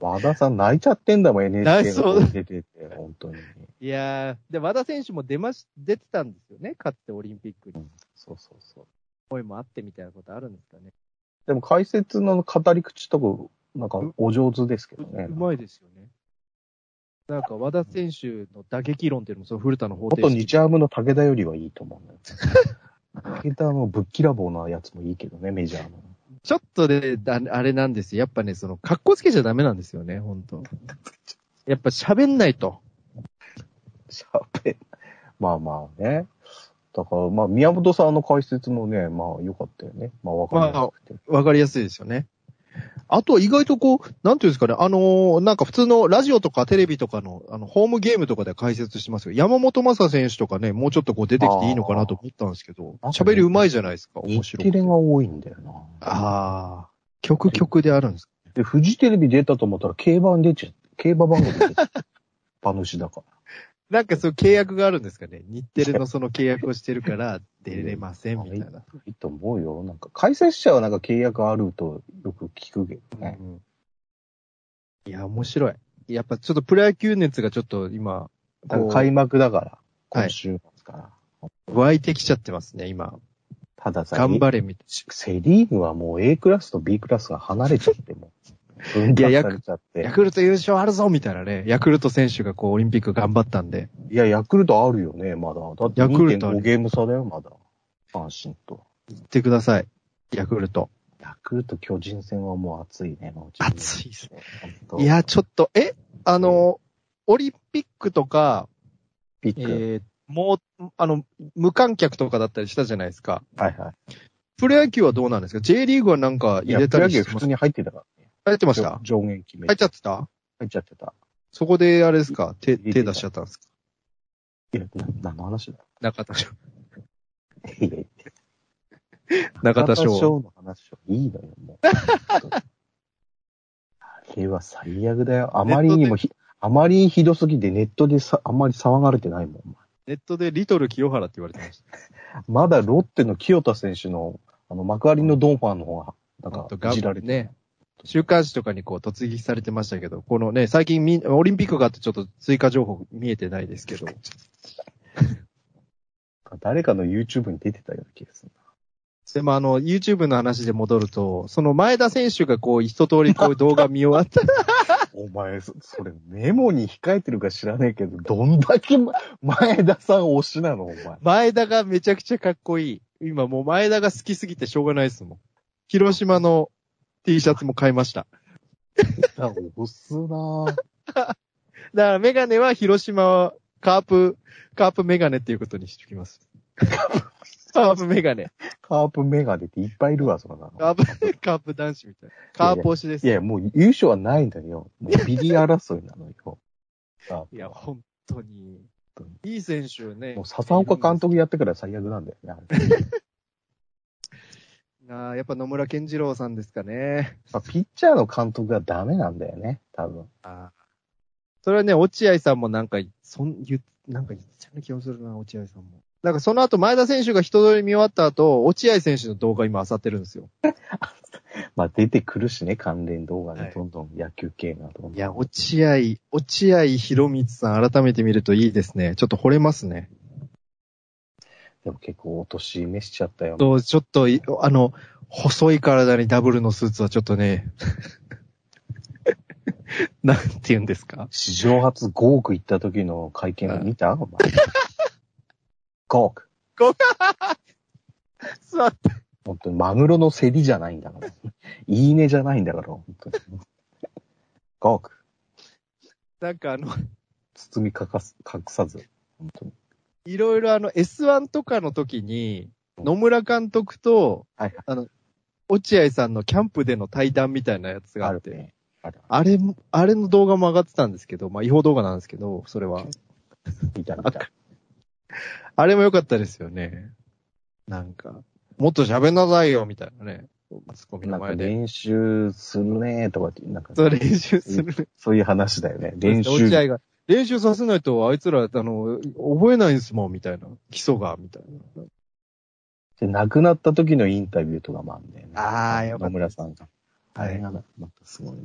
Speaker 4: 和田さん泣いちゃってんだも ん、
Speaker 3: 泣い
Speaker 4: NHK
Speaker 3: そう
Speaker 4: の出てて、本当に。
Speaker 3: いやー、で、和田選手も出まし、出てたんですよね。かつてオリンピックに。
Speaker 4: そうそうそう。
Speaker 3: 声もあってみたいなことあるんですかね。
Speaker 4: でも解説の語り口とか、なんかお上手ですけどね。
Speaker 3: うまいですよね。なんか和田選手の打撃論っていうのも、その古田の方程
Speaker 4: 元
Speaker 3: 式
Speaker 4: 日ハムの武田よりはいいと思うんだよ。武田のぶっきらぼうなやつもいいけどね、メジャーの。
Speaker 3: ちょっとで、ああれなんですよ。やっぱね、その、格好つけちゃダメなんですよね、本当やっぱ喋んないと。
Speaker 4: しゃべ、まあまあね。だから、まあ、宮本さんの解説もね、まあ、良かったよね。まあ、わかんないですけど。
Speaker 3: わかりやすいですよね。あとは意外とこう、なんていうんですかね、あのーなんか普通のラジオとかテレビとかの、あの、ホームゲームとかで解説してますけど、山本正選手とかね、もうちょっとこう出てきていいのかなと思ったんですけど、
Speaker 4: あー
Speaker 3: 喋り上手いじゃないですか、面
Speaker 4: 日
Speaker 3: 白
Speaker 4: テレ
Speaker 3: い。
Speaker 4: が多いんだよな。
Speaker 3: ああ、曲曲であるんですか。
Speaker 4: で、フジテレビ出たと思ったら競馬に出ちゃ競馬番組出ち ゃった。馬主だから。
Speaker 3: なんかそういう契約があるんですかね。日テレのその契約をしてるから、出れません、みたいな。
Speaker 4: いいと思うよ。なんか、解説者はなんか契約あるとよく聞くけどね。
Speaker 3: いや、面白い。やっぱちょっとプロ野球熱がちょっと今、
Speaker 4: だから
Speaker 3: こ
Speaker 4: 開幕だから、
Speaker 3: はい
Speaker 4: 今週末から。
Speaker 3: う、湧いてきちゃってますね、今。
Speaker 4: たださ、
Speaker 3: 頑張れ、みたい
Speaker 4: セリーグはもう A クラスと B クラスが離れちゃってもう、分
Speaker 3: いやヤ
Speaker 4: 断さ
Speaker 3: ク
Speaker 4: れちゃっ
Speaker 3: な。
Speaker 4: て
Speaker 3: ヤ。クルト優勝あるぞ、みたいなね。ヤクルト選手がこう、オリンピック頑張ったんで。
Speaker 4: いや、ヤクルトあるよね、まだ。だって
Speaker 3: ヤクルトある
Speaker 4: 2.5ゲーム差だよ、まだ。阪神と。
Speaker 3: 行ってください。ヤクルト。
Speaker 4: ヤクルト巨人戦はもう熱いね、もう。
Speaker 3: 熱いっす
Speaker 4: ね。
Speaker 3: いや、ちょ
Speaker 4: っ
Speaker 3: っと、えあの、オリンピックとか、
Speaker 4: ピック。
Speaker 3: えー、もう、あの、無観客とかだったりしたじゃないですか。
Speaker 4: はいは
Speaker 3: プロ野球はどうなんですか ?J リーグはなんか
Speaker 4: い。い
Speaker 3: 入
Speaker 4: や、
Speaker 3: れ
Speaker 4: プ
Speaker 3: た
Speaker 4: ロ
Speaker 3: り
Speaker 4: 野球
Speaker 3: して
Speaker 4: 普
Speaker 3: ま
Speaker 4: 通
Speaker 3: す
Speaker 4: に入ってたからね。
Speaker 3: 入ってました
Speaker 4: 上限決め。
Speaker 3: 入ってちゃってた
Speaker 4: 入っちゃってた。
Speaker 3: そこで、あれですか手、
Speaker 4: 入れてた
Speaker 3: 手出しちゃったんですか
Speaker 4: いや、な何の話だ
Speaker 3: 中田翔。
Speaker 4: いやいや
Speaker 3: 中田
Speaker 4: 中田
Speaker 3: 翔。
Speaker 4: 翔の話はいいのよ、も う。あれは最悪だよ。あまりにもひ、あまりひどすぎてネットでさ、あまり騒がれてないもん。
Speaker 3: ネットでリトル清原って言われてました。
Speaker 4: まだロッテの清田選手の、あの、幕張のドンファンの方が、なん
Speaker 3: ほんと
Speaker 4: か、いじられてる
Speaker 3: ね。週刊誌とかにこう突撃されてましたけど、このね、最近み、オリンピックがあってちょっと追加情報見えてないですけ ど、
Speaker 4: 誰かの YouTube に出てたような気がする
Speaker 3: でもあの、YouTube の話で戻ると、その前田選手がこう一通りこういう動画見終わ った。
Speaker 4: な。お前、そそれメモに控えてるか知らねえけど、どんだけま前田さん推しなの、お前。
Speaker 3: 前田がめちゃくちゃかっこいい。今もう前田が好きすぎてしょうがないですもん。広島の T シャツも買いました。
Speaker 4: 推すなぁ。
Speaker 3: だからメガネは広島カープ、カープメガネっていうことにしておき ます。カープメガネ。
Speaker 4: カープメガネっていっぱいいるわ、そんなの。
Speaker 3: カープ、カープ男子みたいな。カープ推しです。
Speaker 4: い
Speaker 3: い
Speaker 4: や、もう優勝はないんだよ。もうビリ争いなのよ。あ
Speaker 3: や、本当に
Speaker 4: 本。
Speaker 3: いい選手ね
Speaker 4: もう。笹岡監督やってから最悪なんだよね。
Speaker 3: あーやっぱ野村健次郎さんですかね。
Speaker 4: まあピッチャーの監督がダメなんだよね、多分。
Speaker 3: あーそれはね、落合さんもなんか、そん、言っ、なんか言っちゃう気がするな、落合さんも。なんかその後、前田選手が人通り見終わった後、落合選手の動画今漁ってるんですよ。
Speaker 4: まあ出てくるしね、関連動画
Speaker 3: は
Speaker 4: で
Speaker 3: い
Speaker 4: どんどん野球系がどんどん。
Speaker 3: いや、落合、落合博光さん改めて見るといいですね。ちょっと惚れますね。
Speaker 4: でも結構お年召しちゃったよ。
Speaker 3: と、ちょっとい、あの、細い体にダブルのスーツはちょっとね、 なんて言うんですか
Speaker 4: 史上初5億行った時の会見を見たお前。5億。
Speaker 3: 座って。
Speaker 4: 本当にマグロの競りじゃないん だから。いいねじゃないんだから、本当に。5億。
Speaker 3: なんかあの、
Speaker 4: 包みかかす隠さず。本当に。
Speaker 3: いろいろあの、S1 とかの時に、
Speaker 4: うん
Speaker 3: 野村監督と、
Speaker 4: はい
Speaker 3: あの、落合さんのキャンプでの対談みたいなやつがあって、あ,、
Speaker 4: ね。ある
Speaker 3: れも、あれの動画も上がってたんですけど、まあ違法動画なんですけど、それは。
Speaker 4: 見た見た。
Speaker 3: あれも良かったですよね。なんか、もっと喋んなさいよ、みたいなね。ツッコミの
Speaker 4: なんか
Speaker 3: 前で。
Speaker 4: 練習するねとかって、なんか、
Speaker 3: そう、練習する。
Speaker 4: そういう話だよね。練習
Speaker 3: 落合が、練習させないと、あいつら、あの、覚えないんすもん、みたいな。基礎が、みたいな。
Speaker 4: で亡くなった時のインタビューとかもあるんだよね。
Speaker 3: あーよかった
Speaker 4: 野村さんが。あ
Speaker 3: はい
Speaker 4: れがまたすごいね。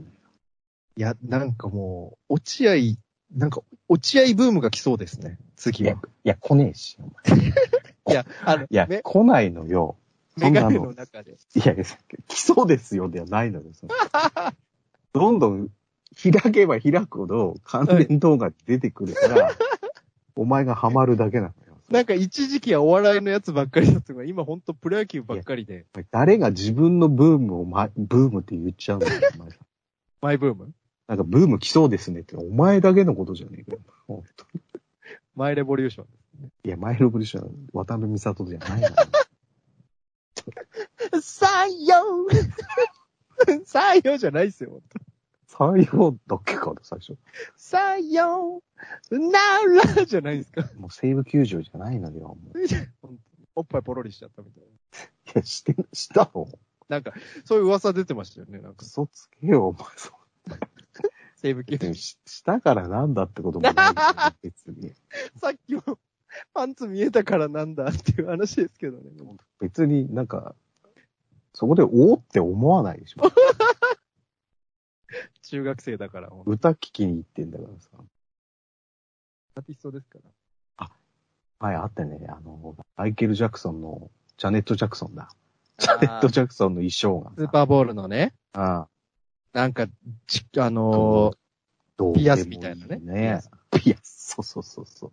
Speaker 3: いや、なんかもう、落合、なんか、落合ブームが来そうですね。次は。
Speaker 4: いや、来ねえし。
Speaker 3: いや、あの、
Speaker 4: いや、
Speaker 3: メ
Speaker 4: 来ないのよ。
Speaker 3: メ
Speaker 4: そんな
Speaker 3: ガ
Speaker 4: の
Speaker 3: ネの中で。
Speaker 4: いや、来そうですよではないのよ。そのどんどん開けば開くほど関連動画出てくるから、お前がハマるだけなのよ。
Speaker 3: なんか一時期はお笑いのやつばっかりだったのが、今ほんとプロ野球ばっかりで、
Speaker 4: 誰が自分のブームを、ま、ブームって言っちゃうんだよ、お前
Speaker 3: マイブーム
Speaker 4: なんかブーム来そうですねって、お前だけのことじゃねえかよ。本当に
Speaker 3: マイレボリューション。
Speaker 4: いや、マイルブリッシュは渡 辺美里じゃないから。
Speaker 3: 採用採用じゃないっすよ。
Speaker 4: 採用だっけかな、最初。
Speaker 3: 採用ならじゃないですか。
Speaker 4: もう西武球場じゃないのよ、もう。い
Speaker 3: おっぱいポロリしちゃったみたいな。
Speaker 4: や、して、したの
Speaker 3: なんか、そういう噂出てましたよね。なんか、
Speaker 4: 嘘つけよ、お前。そ
Speaker 3: 西武球
Speaker 4: う
Speaker 3: 場。
Speaker 4: ししたからなんだってこともないよ、 別に。
Speaker 3: さっきも、パンツ見えたからなんだっていう話ですけどね。
Speaker 4: 別になんか、そこでおおって思わないでしょ。
Speaker 3: 中学生だから、ほんと
Speaker 4: 歌聴きに行ってんだからさ。
Speaker 3: アーティストですから。
Speaker 4: はい、あったね。あの、マイケル・ジャクソンの、ジャネット・ジャクソンだ。ジャネット・ジャクソンの衣装がさ。
Speaker 3: スーパーボールのね、
Speaker 4: ああ
Speaker 3: なんか、ちあの
Speaker 4: どうどう
Speaker 3: ピアスみたいなね
Speaker 4: でもいいね。ピアス。そうそうそうそ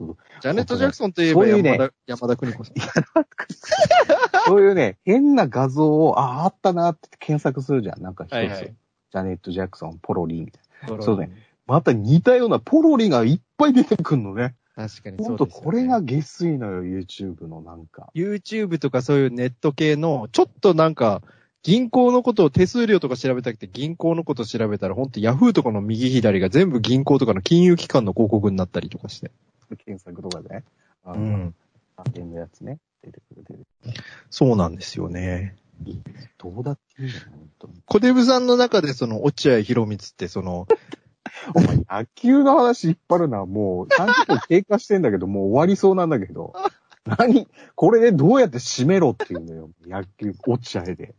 Speaker 4: う。
Speaker 3: ー、ジャネット・ジャクソンといえば
Speaker 4: そうい
Speaker 3: 山
Speaker 4: うね
Speaker 3: 田、山田邦子さん。
Speaker 4: そうい うね、変な画像を、あ、あったなって検索するじゃん。なんか一つ。
Speaker 3: はいはい
Speaker 4: ジャネット・ジャクソン、ポロリみたい そうだよ
Speaker 3: ね。
Speaker 4: な。また似たようなポロリがいっぱい出てくんのね。
Speaker 3: 確かに
Speaker 4: ほ
Speaker 3: そうんですよ
Speaker 4: と
Speaker 3: ね
Speaker 4: これが下水のよ、YouTube のなんか。
Speaker 3: YouTube とかそういうネット系の、ちょっとなんか、銀行のことを手数料とか調べたくて、銀行のこと調べたら、ほんと Yahoo とかの右左が全部銀行とかの金融機関の広告になったりとかして。
Speaker 4: 検索とかでね。あの。。あれのやつね。出てくる、出てくる。
Speaker 3: そうなんですよね。
Speaker 4: どうだっていいんだよ、本当に。
Speaker 3: 小デブさんの中でその、落合博光ってその、
Speaker 4: お前、野球の話引っ張るな。もう、30分経過してんだけど、もう終わりそうなんだけ ど。何これでどうやって締めろっていうのよ。野球、落合で。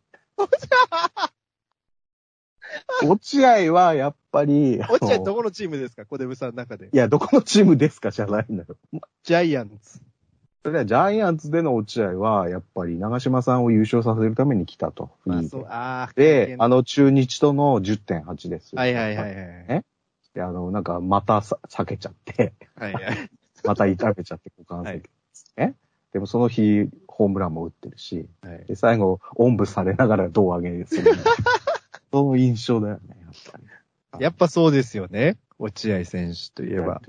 Speaker 4: 落合は、やっぱり、あの
Speaker 3: 落合どこのチームですか小デブさんの中で。
Speaker 4: いや、どこのチームですかじゃないんだよ。
Speaker 3: ジャイアンツ。
Speaker 4: それでは、ジャイアンツでの落合は、やっぱり、長島さんを優勝させるために来たと。
Speaker 3: まあ
Speaker 4: フリーで
Speaker 3: そう、ああ。
Speaker 4: で、あ
Speaker 3: の、
Speaker 4: の、中日との10.8です。
Speaker 3: はいはいはい
Speaker 4: い。
Speaker 3: はい。
Speaker 4: えで、あの、なんか、またさ、避けちゃって、
Speaker 3: はいはい。
Speaker 4: また痛めちゃって、股関節。ね。でも、その日、ホームランも打ってるし、
Speaker 3: はい
Speaker 4: で、最後、おんぶされながら胴上げ する。その印象だよね、やっぱり。
Speaker 3: やっぱそうですよね。落合選手といえば。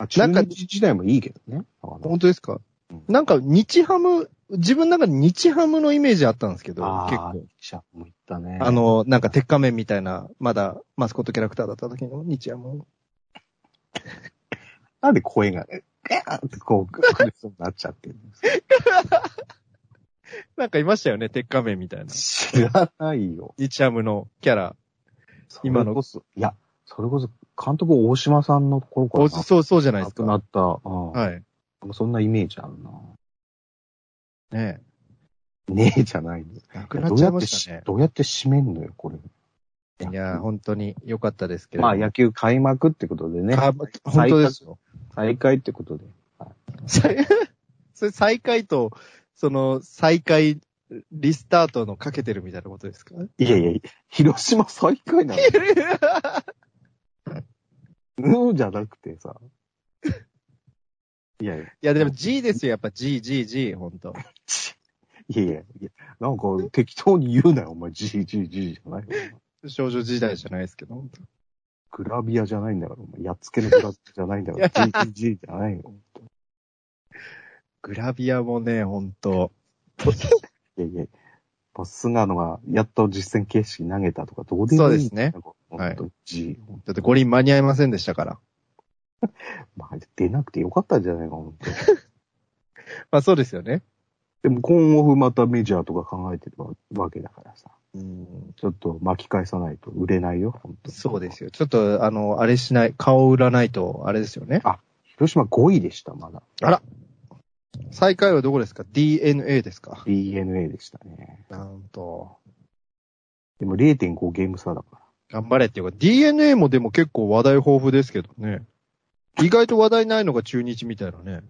Speaker 4: あ、
Speaker 3: な
Speaker 4: 中
Speaker 3: んか
Speaker 4: 日時代もいいけどね。あの
Speaker 3: 本当ですか、
Speaker 4: うん
Speaker 3: なんか日ハム、自分の中で日ハムのイメージあったんですけど、
Speaker 4: あ
Speaker 3: 結
Speaker 4: ー
Speaker 3: 構。、
Speaker 4: 記者も行ったね。
Speaker 3: あ、の、なんか鉄仮面みたいな、まだマスコットキャラクターだった時の日ハム。
Speaker 4: なんで声が、えーって こう、苦しそうになっちゃってるんですか
Speaker 3: なんかいましたよね、鉄仮面みたいな。
Speaker 4: 知らないよ。
Speaker 3: 日ハムのキャラ。今の
Speaker 4: それこそ、いや、それこそ、監督大島さんの頃から
Speaker 3: お
Speaker 4: な。
Speaker 3: そう、そうじゃないで
Speaker 4: 亡
Speaker 3: す
Speaker 4: くな
Speaker 3: か。
Speaker 4: った。うん
Speaker 3: はい。
Speaker 4: そんなイメージあるな。
Speaker 3: ね
Speaker 4: ねえじゃないの。
Speaker 3: え。なくなっちゃいましたね。
Speaker 4: どうやってしどうやって締めんのよ、これ。
Speaker 3: いや、本当に良かったですけれども。
Speaker 4: まあ、野球開幕ってことでね。
Speaker 3: か本当ですよ。
Speaker 4: 再開ってことで。
Speaker 3: さ それ再開と、その、再開、リスタートのかけてるみたいなことですか
Speaker 4: いやいや、広島再開なのうんじゃなくてさ。いやいや、
Speaker 3: いや、でも G ですよ、やっぱ G、G、G、ほんと。
Speaker 4: いやいや、いやなんか適当に言うなよ、お前。じいじいじいじゃないよお前
Speaker 3: 少女時代じゃないですけど、ほんと
Speaker 4: グラビアじゃないんだから、お前やっつけのグラビアじゃないんだから、じいじいじいじゃないよ。
Speaker 3: グラビアもね、ほんと。
Speaker 4: いやいや、もう菅野がやっと実戦形式投げたとか、どうでもいい。
Speaker 3: そうですね
Speaker 4: なんか。
Speaker 3: はい
Speaker 4: 本当じ
Speaker 3: だって五輪間に合いませんでしたから。
Speaker 4: まあ、出なくてよかったんじゃないか、本当
Speaker 3: まあそうですよね。
Speaker 4: でも、今後またメジャーとか考えてるわけだからさ。
Speaker 3: うん。
Speaker 4: ちょっと巻き返さないと売れないよ、本当
Speaker 3: そうですよ。ちょっと、あの、あれしない、顔を売らないと、あれですよね。
Speaker 4: 広島5位でした、まだ。
Speaker 3: 最下位はどこですか ?DNA ですか
Speaker 4: DNA でしたね。
Speaker 3: なんと。
Speaker 4: でも0.5ゲーム差だから。
Speaker 3: 頑張れっていうか、DNA もでも結構話題豊富ですけどね。意外と話題ないのが中日みたいなね。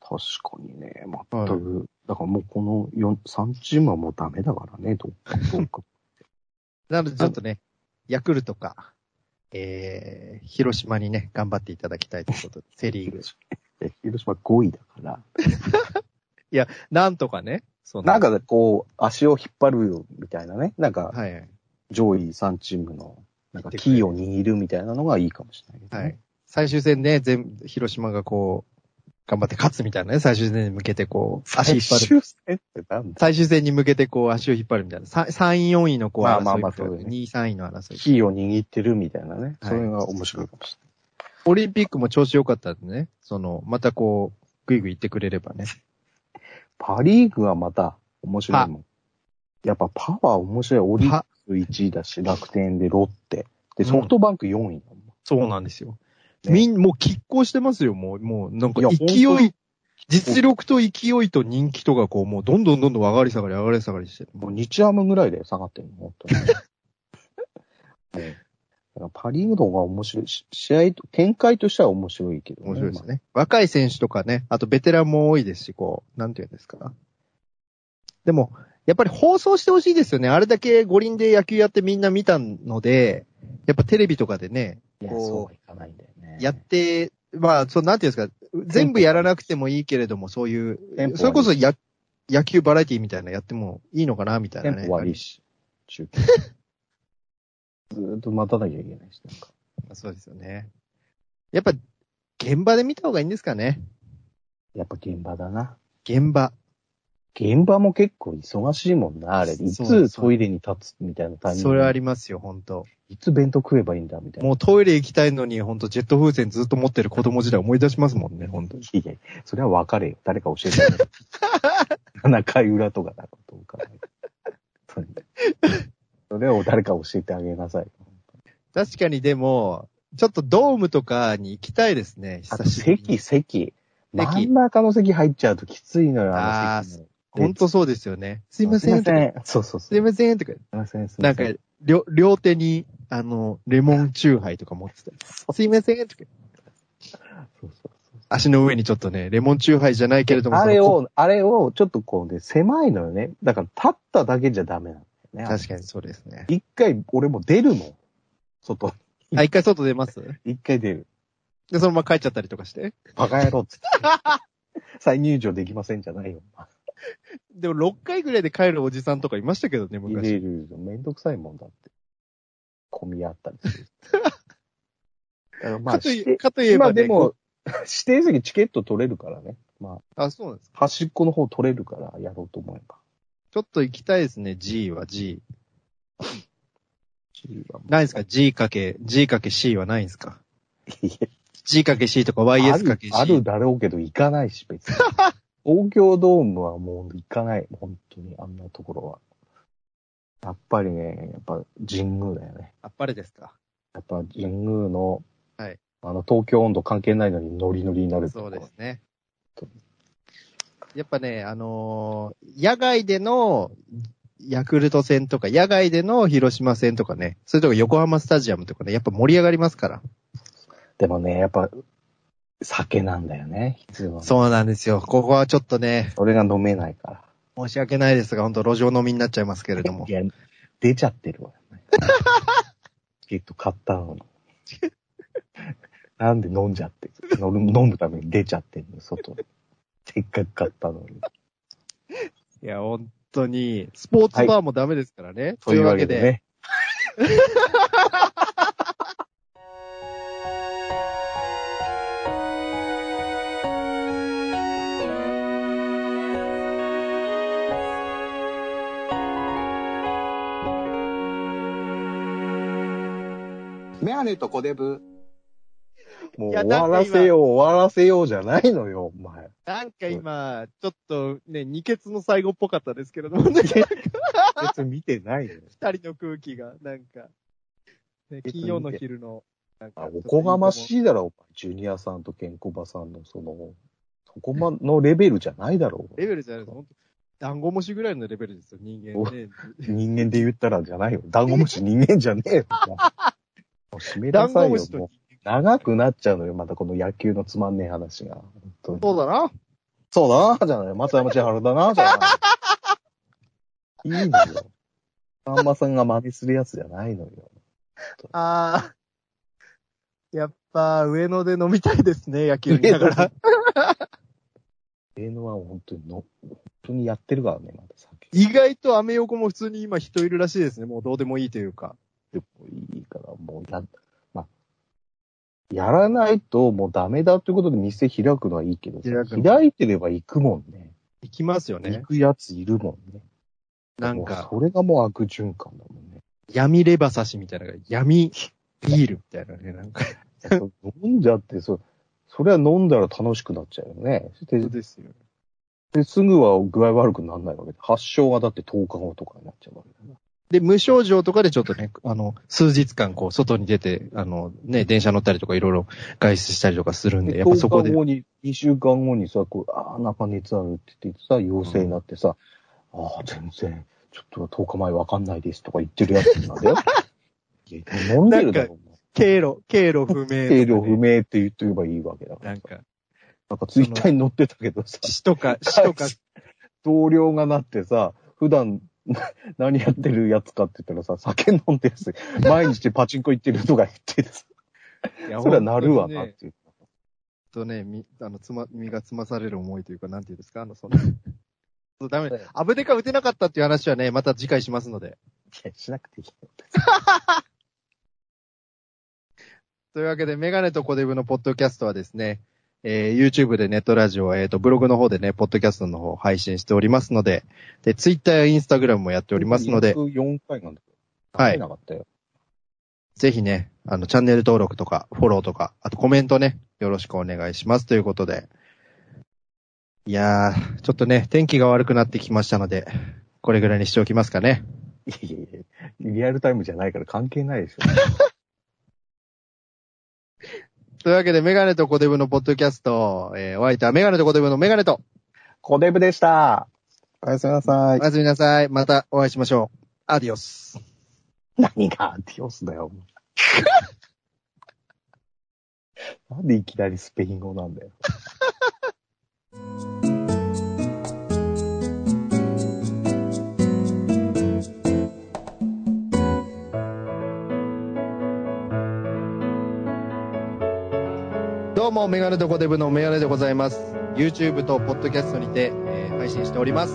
Speaker 4: 確かにね、全く。だからもうこの4 3チームはもうダメだからね、どうどう か。
Speaker 3: なのでちょっとね、ヤクルトか、えー、広島にね、頑張っていただきたいという ことで、セリーグ。
Speaker 4: え広島5位だから。
Speaker 3: なんとかね、その
Speaker 4: なん、かこう、足を引っ張るよみたいなね。なんか、
Speaker 3: はい、
Speaker 4: 上位3チームの、なんか、キーを握るみたいなのがいいかもしれないけどね、
Speaker 3: はい。最終戦ね、全、広島がこう、頑張って勝つみたいなね、最終戦に向けてこう、足引
Speaker 4: 最
Speaker 3: っ張る。
Speaker 4: 終戦ってなんだ
Speaker 3: 最終戦に向けてこう足を引っ張るみたいな。さ3位、4位のこう争い。
Speaker 4: まあまあまあそうだね
Speaker 3: 2位、3位の争い。
Speaker 4: キーを握ってるみたいなね。
Speaker 3: はい
Speaker 4: それが面白いかもし
Speaker 3: オリンピックも調子良かったんでね。その、またこう、グイグイ行ってくれればね。
Speaker 4: れない。パリーグはまた面白いもん。やっぱパワー面白い。オリッ
Speaker 3: は
Speaker 4: ク、ス1位だし、楽天でロッテ。で、ソフトバンク4位だもん。
Speaker 3: そうなんですよ。
Speaker 4: ね
Speaker 3: みん、もう拮抗してますよ、もう。もう、なんか
Speaker 4: いや
Speaker 3: 勢
Speaker 4: 本当
Speaker 3: い、実力と勢いと人気とかこう、もうどんどんどんどん上がり下がり上がり下がりしてる。
Speaker 4: もう日ハムぐらいで下がってるの、本当 に。ねだからパリーグの方が面白いし、試合、展開としては面白いけど、
Speaker 3: 面白いです。ね。若い選手とかね、あとベテランも多いですし、こう、なんていうんですか。でも、やっぱり放送してほしいですよね。あれだけ五輪で野球やってみんな見たので、やっぱテレビとかでね、
Speaker 4: いや、
Speaker 3: こう
Speaker 4: そうはいかないんだよね。
Speaker 3: やって、まあ、そう、なんていうんですか、全部やらなくてもいいけれども、そういう
Speaker 4: テンポはいい、
Speaker 3: それこそや野球バラエティみたいなのやってもいいのかな、みたい
Speaker 4: テ
Speaker 3: な
Speaker 4: ン
Speaker 3: ね。
Speaker 4: ポ悪いし、中 継。ずーっと待たなきゃいけないし、なんか。
Speaker 3: そうですよね。やっぱ、現場で見た方がいいんですかね。
Speaker 4: やっぱ現場だな。
Speaker 3: 現場。
Speaker 4: 現場も結構忙しいもんな、あれ。い
Speaker 3: そうそう
Speaker 4: つトイレに立つみたいなタイミング。
Speaker 3: それはありますよ、本当
Speaker 4: いつ弁当食えばいいんだ、みたいな。
Speaker 3: もうトイレ行きたいのに、ほんとジェット風船ずっと持ってる子供時代思い出しますもんね、本当に。
Speaker 4: いやいや、それは分かれよ。誰か教えて くれ。7回裏とかだと思うから。それそれを誰か教えてあげなさい。
Speaker 3: 確かにでも、ちょっとドームとかに行きたいですね、
Speaker 4: あ
Speaker 3: 久
Speaker 4: と
Speaker 3: しぶりに
Speaker 4: 席、。席。真ん中の席入っちゃうときついのよ、あの席も。
Speaker 3: ほんとそうですよね。す
Speaker 4: す
Speaker 3: いません、
Speaker 4: すいません。そうそうそう。
Speaker 3: すいません、とか。
Speaker 4: すいません。すい
Speaker 3: な
Speaker 4: ま
Speaker 3: んか
Speaker 4: せん。、
Speaker 3: 両、両手に、あの、レモンチューハイとか持ってたり。すいません、とか。
Speaker 4: そうそうそう
Speaker 3: 足の上にちょっとね、レモンチューハイじゃないけれども。
Speaker 4: あれ
Speaker 3: その
Speaker 4: を、あれを、ちょっとこうね、狭いのよね。だから立っただけじゃダメなのね。
Speaker 3: 確かにそうですね。
Speaker 4: 一回、俺も出るもん。外。
Speaker 3: あ、一回外出ます
Speaker 4: 一回出る。
Speaker 3: で、そのまま帰っちゃったりとかして。
Speaker 4: バカ野郎っつって。再入場できませんじゃないよ。
Speaker 3: でも6回ぐらいで帰るおじさんとかいましたけどね、
Speaker 4: 入
Speaker 3: 昔。
Speaker 4: れるのめんどくさいもんだって。混み合ったりす る。だからまあ、
Speaker 3: かと
Speaker 4: 指
Speaker 3: い
Speaker 4: 定
Speaker 3: かといえば、
Speaker 4: 今
Speaker 3: ね、
Speaker 4: でも、指定席チケット取れるからね。まあ、
Speaker 3: あ、そうなんです。
Speaker 4: 端っこの方取れるからやろうと思えば。
Speaker 3: ちょっと行きたいですね、G は G。
Speaker 4: G はもう
Speaker 3: ないですか ?G かけ、G かけ C はないんですか
Speaker 4: いや
Speaker 3: ?G かけ C とか
Speaker 4: あ
Speaker 3: YS
Speaker 4: る
Speaker 3: かけ C。
Speaker 4: あるだろうけど行かないし、別に。東京ドームはもう行かない。本当に、あんなところは。やっぱりね、やっぱ神宮だよね。
Speaker 3: あっぱれですか
Speaker 4: やっぱ神宮の、
Speaker 3: はい
Speaker 4: あの、東京温度関係ないのにノリノリになる。
Speaker 3: そうです。ね。やっぱね、あのー野外でのヤクルト戦とか、野外での広島戦とかね、それとか横浜スタジアムとかね、やっぱ盛り上がりますから。
Speaker 4: でもね、やっぱ、酒なんだよね、必要なの
Speaker 3: そうなんですよ。ここはちょっとね、
Speaker 4: それが飲めないか
Speaker 3: 申し訳ないですが、本当路上飲みになっちゃいますけれど
Speaker 4: ら
Speaker 3: も。。
Speaker 4: いや、出ちゃってるわ、ね。 チケット買ったのに。 なんで飲んじゃって飲む、飲むために出ちゃってんの、外に。せっかく買ったのに。
Speaker 3: いや、本当に、スポーツバーもダメですからね。
Speaker 4: というわけで。ね。
Speaker 1: メガネとコデブ。
Speaker 4: もう
Speaker 3: いや
Speaker 4: 終わらせよう、終わらせようじゃないのよ、お前。
Speaker 3: なんか今、ちょっとね、二血の最後っぽかったですけれども ね、
Speaker 4: 別に見てないよ。
Speaker 3: 二人の空気が、なんか、ね、金曜の昼の、なんか
Speaker 4: あおこがま
Speaker 3: い。
Speaker 4: しいだろ、お前ジュニアさんとケンコバさんの、その、そこまのレベルじゃないだろう。
Speaker 3: レベルじゃないです。本当団子虫ぐらいのレベルですよ、人間ね。
Speaker 4: 人間で言ったらじゃないよ。ダンゴムシ人間じゃね えよ。もうもう締めな
Speaker 3: 団
Speaker 4: さ
Speaker 3: 子
Speaker 4: いよ
Speaker 3: 虫。
Speaker 4: もう
Speaker 3: と
Speaker 4: 長くなっちゃうのよ、またこの野球のつまんねえ話が。本当
Speaker 3: そ
Speaker 4: に
Speaker 3: うだな。
Speaker 4: そうだな、じゃない。松山千春だな、じゃない。いいのよ。さんまさんが真似するやつじゃないのよ。
Speaker 3: あー。やっぱ、上野で飲みたいですね、野球見な
Speaker 4: だか
Speaker 3: がら
Speaker 4: ら。。 芸能は本当にの、本当にやってるからね、また酒。
Speaker 3: 意外とアメ横も普通に今人いるらしいですね。もうどうでもいいというか。
Speaker 4: でもいいから、もうや、まあ、やらないともうダメだということで店開くのはいいけどさ
Speaker 3: 開くの
Speaker 4: 開いてれば行くもんね。
Speaker 3: 行きますよね
Speaker 4: 行。くやついるもんね。
Speaker 3: なんか
Speaker 4: も、うそれがもう悪循環だもんね。
Speaker 3: 闇レバ刺しみたいな、闇ビールみたいなね、なんか。
Speaker 4: 飲んじゃって、そう、それは飲んだら楽しくなっちゃうよね。そして
Speaker 3: ですよ。
Speaker 4: ですぐは具合悪くならないわけで、発症はだって10日後とかになっちゃうわけだよね。
Speaker 3: で、無症状とかでちょっとね、あの、数日間こう、外に出て、あの、ね、電車乗ったりとかいろいろ外出したりとかするんで、やっぱそこ
Speaker 4: 10
Speaker 3: で
Speaker 4: 日。後に、2週間後にさ、こう、ああ、なんか熱あるって言ってさ、陽性になってさ、ああ、全然、ちょっと10日前わかんないですとか言ってるやつなん だよ。いや飲んでるだろ、もう
Speaker 3: 経路、経路不明とかね、
Speaker 4: 定量不明って言ってればいいわけだから。
Speaker 3: なんか、
Speaker 4: なんかツイッターに載ってたけどさ、
Speaker 3: 死とか、死 とか、
Speaker 4: 同僚がなってさ、普段、 な何やってるやつかって言ったらさ、酒飲んでるやつ、毎日パチンコ行ってるとか言っててさ、
Speaker 3: いや
Speaker 4: それはなるわなっ
Speaker 3: 本
Speaker 4: ていう。
Speaker 3: 当にね、み、あの、つま、身がつまされる思いというか、なんていうんですか、あの、その、 そうダメ
Speaker 4: そうだよ。
Speaker 3: アブデカ打てなかったっていう話はね、また次回しますので。
Speaker 4: いやしなくていいよ。
Speaker 3: というわけで、メガネとコデブのポッドキャストはですね、えー YouTube でネットラジオ、えっ、と、ブログの方でね、ポッドキャストの方を配信しておりますので、で、Twitter や Instagram もやっておりますので、
Speaker 4: 4回なんだけど、
Speaker 3: は
Speaker 4: 見
Speaker 3: い
Speaker 4: な。かったよ。
Speaker 3: ぜひね、あの、チャンネル登録とか、フォローとか、あとコメントね、よろしくお願いしますということで。いやー、ちょっとね、天気が悪くなってきましたので、これぐらいにしておきますかね。
Speaker 4: いやいやいや、リアルタイムじゃないから関係ないでしょ。
Speaker 3: というわけで、メガネとコデブのポッドキャスト、えー、お相手はメガネとコデブのメガネと、
Speaker 4: コデブでした。
Speaker 3: おやすみなさい。おやすみなさい。またお会いしましょう。アディオス。
Speaker 4: 何がアディオスだよ。なんでいきなりスペイン語なんだよ。
Speaker 3: どうも、メガネとコデブのメガネでございます。YouTube とポッドキャストにて、えー配信しております。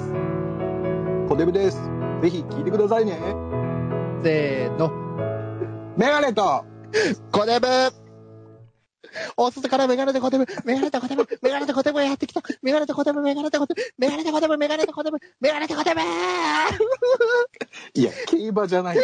Speaker 1: コデブです。ぜひ聞いてくださいね。
Speaker 3: せーの。
Speaker 1: メガネと
Speaker 3: コデブおすすからメガネとコデブメガネとコデブメガネとコデブやってきたメガネとコデブメガネとコデブメガネとコデブメガネとコデブメガネとコデブ
Speaker 1: いや、競馬じゃない。